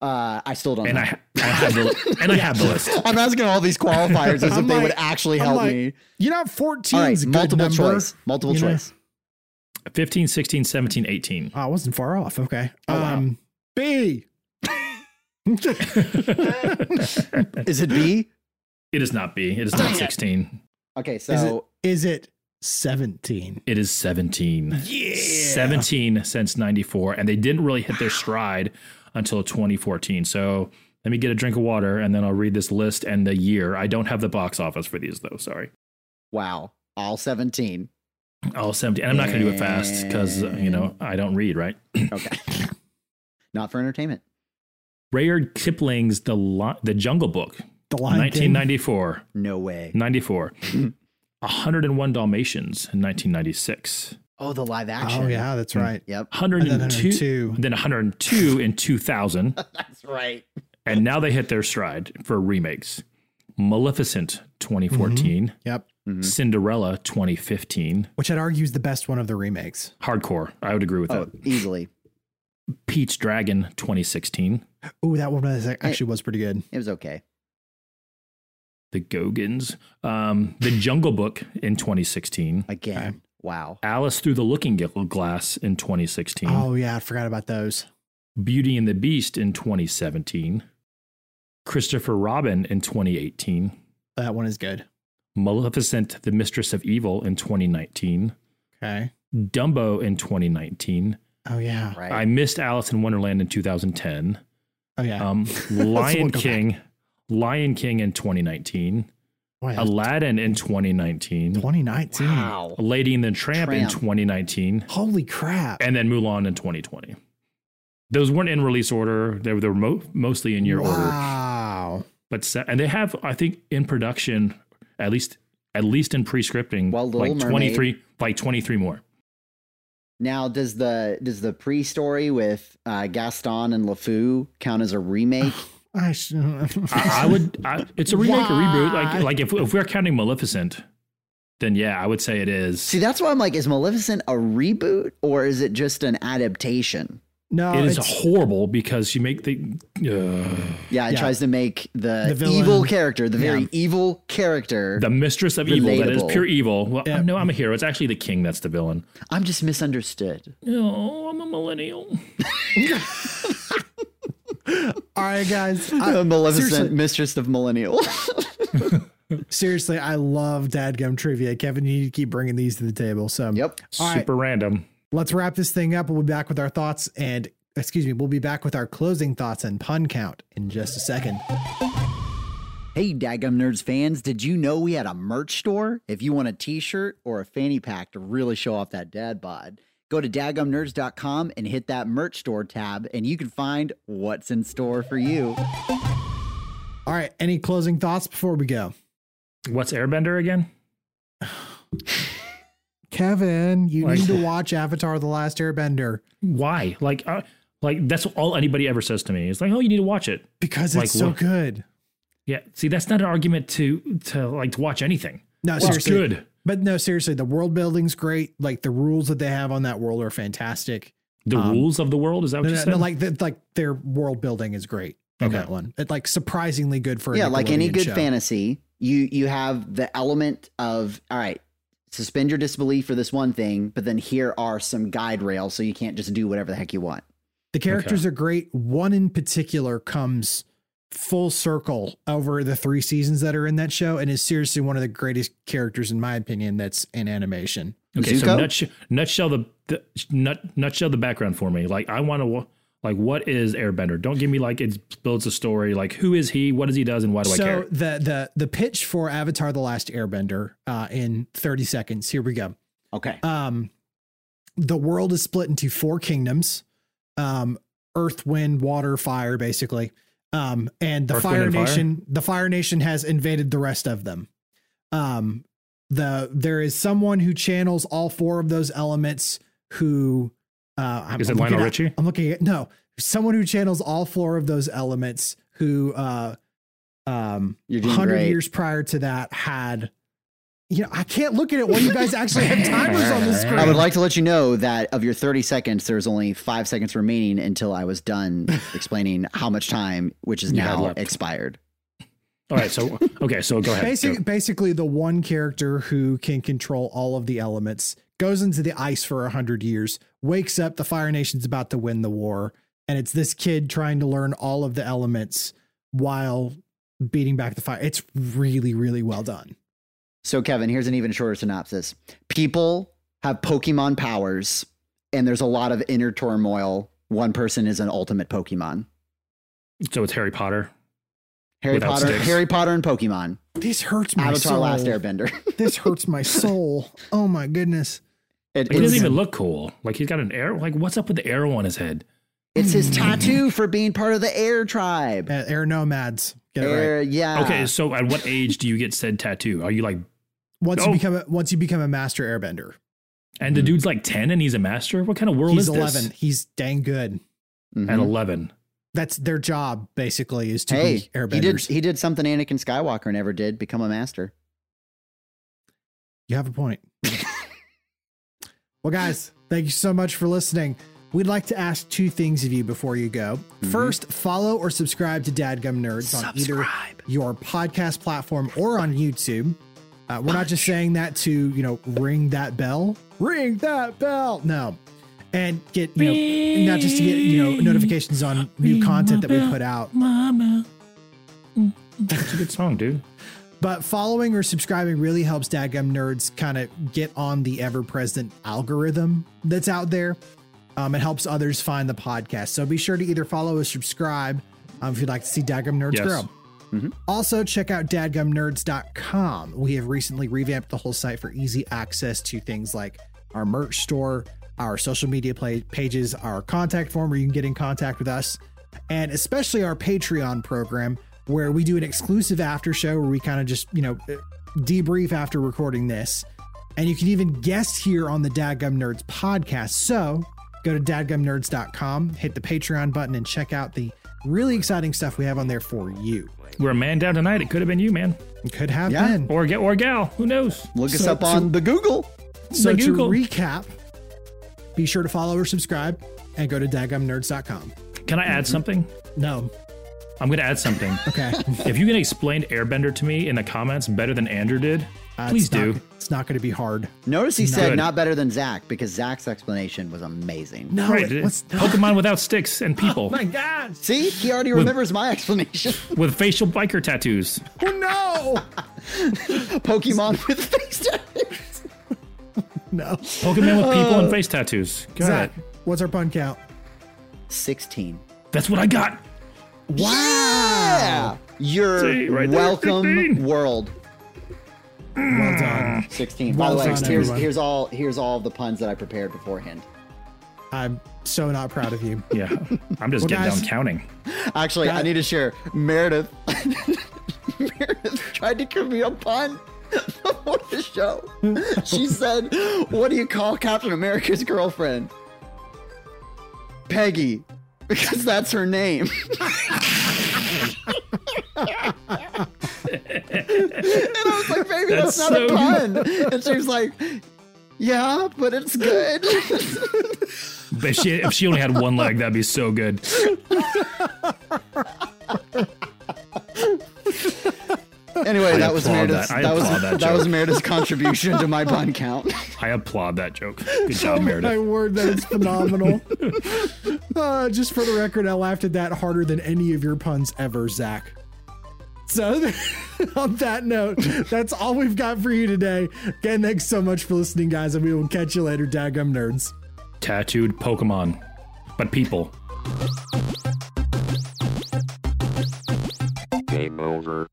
D: Uh, I still don't
C: And
D: know.
C: I, I have the and I have the list.
D: am asking all these qualifiers as if
B: I'm
D: they would
B: like-
D: actually
B: I'm
D: help
B: like,
D: me.
B: You know,
D: All
B: 14
D: right,
B: is a good
D: multiple
B: number.
D: choice. Multiple
B: you know?
D: choice.
C: 15, 16, 17, 18.
B: Oh, I wasn't far off. Okay.
D: Oh, wow.
B: um B.
D: Is it B?
C: It is not B. It is not 16.
D: Okay,
B: Is
D: so
B: Is it 17?
C: It is 17.
B: Yeah.
C: 17 since 94 and they didn't really hit their stride until 2014 so let me get a drink of water and then i'll read this list and the year i don't have the box office for these though sorry
D: wow, all 17.
C: all 17 and i'm not going to do it fast because you know i don't read right
D: Okay. Not for entertainment.
C: rayard kipling's the, Li- the jungle book
B: The Lion King.
C: 1994
D: No way.
C: 94 101 dalmatians in 1996
D: Oh, the live action.
B: Oh yeah, that's right.
D: Yep.
C: 102
B: 102.
C: then 102 in 2000
D: That's right.
C: and now they hit their stride for remakes. Maleficent 2014,
B: Mm-hmm. Yep.
D: Mhm.
C: Cinderella 2015,
B: Which I'd argue is the best one of the remakes.
C: hardcore. I would agree with
D: Oh,
C: that.
D: easily.
C: Pete's Dragon 2016,
B: Ooh, that one was, actually was pretty good.
D: It was okay.
C: The Gogans, um, The Jungle Book in 2016,
D: Again. Wow.
C: Alice Through the Looking Glass in 2016,
B: Oh yeah, I forgot about those.
C: Beauty and the Beast in 2017, Christopher Robin in 2018,
B: That one is good.
C: Maleficent, The Mistress of Evil in 2019,
B: Okay.
C: Dumbo in 2019.
B: Oh yeah.
D: Right.
C: I missed Alice in Wonderland in 2010.
B: Oh yeah.
C: Um,
B: Let's
C: Lion
B: look back.
C: King, Lion King in 2019.
B: Wait,
C: Aladdin in 2019.
B: 2019.
D: wow.
C: Lady and the Tramp, in
D: Tramp.
C: 2019,
B: Holy crap.
C: and then Mulan in 2020. Those weren't in release order. They were, they were mo- mostly in your order,
B: wow.
C: but se- and they have I think in production at least at least in pre-scripting
D: Well, Little
C: like
D: Mermaid.
C: 23 like 23 more.
D: Now, does the does the pre story with uh, Gaston and LeFou count as a remake?
B: I sh-
C: I, I would. I, it's a remake or reboot.
B: Why?
C: Like, like if if we're counting Maleficent, then yeah, I would say it is.
D: See, that's why I'm like, is Maleficent a reboot or is it just an adaptation?
B: no,
C: it is
B: it's-
C: horrible because you make the. Uh,
D: Yeah, it
B: Yeah.
D: tries to make the,
B: The villain-
D: evil character, the very
B: Yeah.
D: evil character.
C: the mistress of evil that is
D: Relatable.
C: pure evil. Well,
B: Yeah.
C: no, I'm a hero. It's actually the king that's the villain.
D: I'm just misunderstood.
C: No, I'm a millennial.
B: all right, guys. I-
D: The Maleficent,
B: seriously.
D: mistress of millennial.
B: seriously, I love dadgum trivia. Kevin, you need to keep bringing these to the table. So
D: yep.
B: All right.
C: Super random.
B: let's wrap this thing up. We'll be back with our thoughts and, excuse me, we'll be back with our closing thoughts and pun count in just a second.
D: Hey, Dagum Nerds fans, did you know we had a merch store? If you want a t shirt or a fanny pack to really show off that dad bod, go to dagumnerds.com and hit that merch store tab, and you can find what's in store for you.
B: All right. Any closing thoughts before we go?
C: What's Airbender again?
B: Kevin, you
C: Like-
B: need to watch Avatar The Last Airbender
C: Why? Like, uh, like that's all anybody ever says to me. It's like, oh, you need to watch it.
B: because it's
C: Like
B: so
C: what?
B: good.
C: Yeah. See, that's not an argument to to like to watch anything.
B: No,
C: It's
B: seriously.
C: good.
B: But no, seriously, the world building's great. Like the rules that they have on that world are fantastic.
C: The
B: Um,
C: rules of the world is that what
B: No,
C: you
B: no,
C: said?
B: no, like the, like their world building is great. In
C: Okay.
B: that one, it's like surprisingly good for a
D: yeah, like any
B: Nickelodeon
D: good
B: show.
D: fantasy, you you have the element of all right, suspend your disbelief for this one thing, but then here are some guide rails so you can't just do whatever the heck you want.
B: The characters are great. One in particular comes full circle over the three seasons that are in that show and is seriously one of the greatest characters in my opinion that's in animation.
C: okay, so
D: Zuko?
C: nutshell, nutshell the, the nut, nutshell the background for me. Like I want to like what is Airbender? Don't give me like it builds a story. Like who is he? What does he does? And why do I
B: so
C: care?
B: the the the pitch for Avatar the Last Airbender uh in 30 seconds. Here we go.
D: Okay.
B: Um the world is split into four kingdoms. Um earth, wind, water, fire basically. Um and the
C: Earth, wind,
B: Fire
C: and fire?
B: Nation the Fire Nation has invaded the rest of them. Um the there is someone who channels all four of those elements who uh I'm,
C: Is it
B: I'm looking
C: Lionel
B: at-
C: Richie?
B: I'm looking at no, someone who channels all four of those elements who uh um
D: You're doing
B: 100
D: great.
B: years prior to that had you know i can't look at it when you guys actually have timers on the screen
D: I would like to let you know that of your 30 seconds, there was only five seconds remaining until I was done explaining how much time, which is
C: You had
D: now
C: left.
D: expired.
C: All right, so okay, so go ahead.
B: Basic,
C: Go.
B: basically the one character who can control all of the elements goes into the ice for 100 years wakes up the fire nation's about to win the war and it's this kid trying to learn all of the elements while beating back the fire it's really really well done
D: So, Kevin, here's an even shorter synopsis People have Pokemon powers, and there's a lot of inner turmoil. One person is an ultimate Pokemon.
C: So it's Harry Potter.
D: Harry
C: Without
D: Potter,
C: sticks. Oh.
D: Harry Potter, and Pokemon.
B: this hurts my
D: Avatar:
B: soul
D: Last Airbender.
B: this hurts my soul oh my goodness
D: It-
C: Like, he doesn't
D: it's,
C: even look cool. Like he's got an arrow. Like what's up with the arrow on his head?
D: it's his tattoo for being part of the Air Tribe.
B: Uh, air nomads get it right
D: Air, yeah.
B: Ah.
C: Okay, so at what age do you get said tattoo? Are you like
B: once
C: Oh.
B: you become a, once you become a master airbender
C: and the dude's like ten and he's a master? What kind of world
B: Mm. he's Mm-hmm.
C: is this?
B: 11 he's dang good
D: Mhm.
C: At eleven.
B: that's their job basically is to
D: Hey,
B: be airbenders
D: he did. He did something Anakin Skywalker never did: become a master.
B: you have a point well guys thank you so much for listening we'd like to ask two things of you before you go
D: Mm-hmm.
B: first follow or subscribe to dadgum nerds on either your podcast platform or on youtube uh, we're not just saying that to you know ring that bell ring that bell no and get you know not just to get you know notifications on new content that we put out
C: Mama. That's a good song, dude.
B: but following or subscribing really helps dadgum nerds kind of get on the ever-present algorithm that's out there um, it helps others find the podcast so be sure to either follow or subscribe um, if you'd like to see dadgum nerds
C: Yes.
B: grow also, check out dadgumnerds.com. We have recently revamped the whole site for easy access to things like our merch store, our social media play- pages, our contact form where you can get in contact with us, and especially our Patreon program where we do an exclusive after show where we kind of just, you know, debrief after recording this. And you can even guest here on the Dadgum Nerds podcast. So go to dadgumnerds.com, hit the Patreon button, and check out the really exciting stuff we have on there for you.
C: We're a man down tonight. It could have been you, man.
B: Could have
D: Yeah.
B: been.
C: Or get or gal. Who knows?
D: Look us
B: So-
D: up on the Google.
B: So
C: The
B: to
C: Google.
B: recap, be sure to follow or subscribe and go to dagumnerds.com.
C: Can I
B: Mm-hmm.
C: add something?
B: No.
C: I'm gonna add something.
B: Okay.
C: if you can explain Airbender to me in the comments better than Andrew did,
B: Uh,
C: please
B: it's not-
C: do.
B: it's not going to be hard.
D: Notice he said
C: Good.
D: not better than Zach because Zach's explanation was amazing.
B: No.
C: Right,
B: it- what's-
C: Pokemon without sticks and people
B: Oh my gosh.
D: See, he already remembers my explanation.
C: with facial biker tattoos.
B: Oh, no.
D: Pokemon with face tattoos.
B: no.
C: Pokemon with
B: Uh,
C: people and face tattoos. Got
B: Zach,
C: it.
B: what's our pun count?
D: Sixteen.
C: That's what I got.
D: Wow. You're
C: See, right there,
D: welcome,
C: 16.
D: world.
B: Well done.
D: 16.
B: Well
D: By the way,
B: done,
D: here's,
B: everyone.
D: here's all here's all the puns that I prepared beforehand.
B: I'm so not proud of you.
C: Yeah, I'm just
B: Well,
C: getting
B: guys-
C: down counting.
D: Actually, I
B: That-
D: need to share Meredith. Meredith tried to give me a pun before the show. She said, "What do you call Captain America's girlfriend?" Peggy, because that's her name. And I was like, baby, that's,
C: That's
D: not
C: so-
D: a pun. And she was like, yeah, but it's good.
C: But if she if she only had one leg, that'd be so good.
D: anyway,
C: I
D: that was
C: applaud
D: Meredith's
C: that. I
D: that, was
C: applaud
D: that,
C: that
D: was
C: joke.
D: Meredith's contribution to my pun count.
C: I applaud that joke. Good job,
B: Oh my
C: Meredith.
B: word, that is phenomenal. uh, just for the record, I laughed at that harder than any of your puns ever, Zach. So, on that note, that's all we've got for you today. Again, thanks so much for listening, guys, and we will catch you later, Dagum Nerds.
C: Tattooed Pokemon, but people.
A: Game over.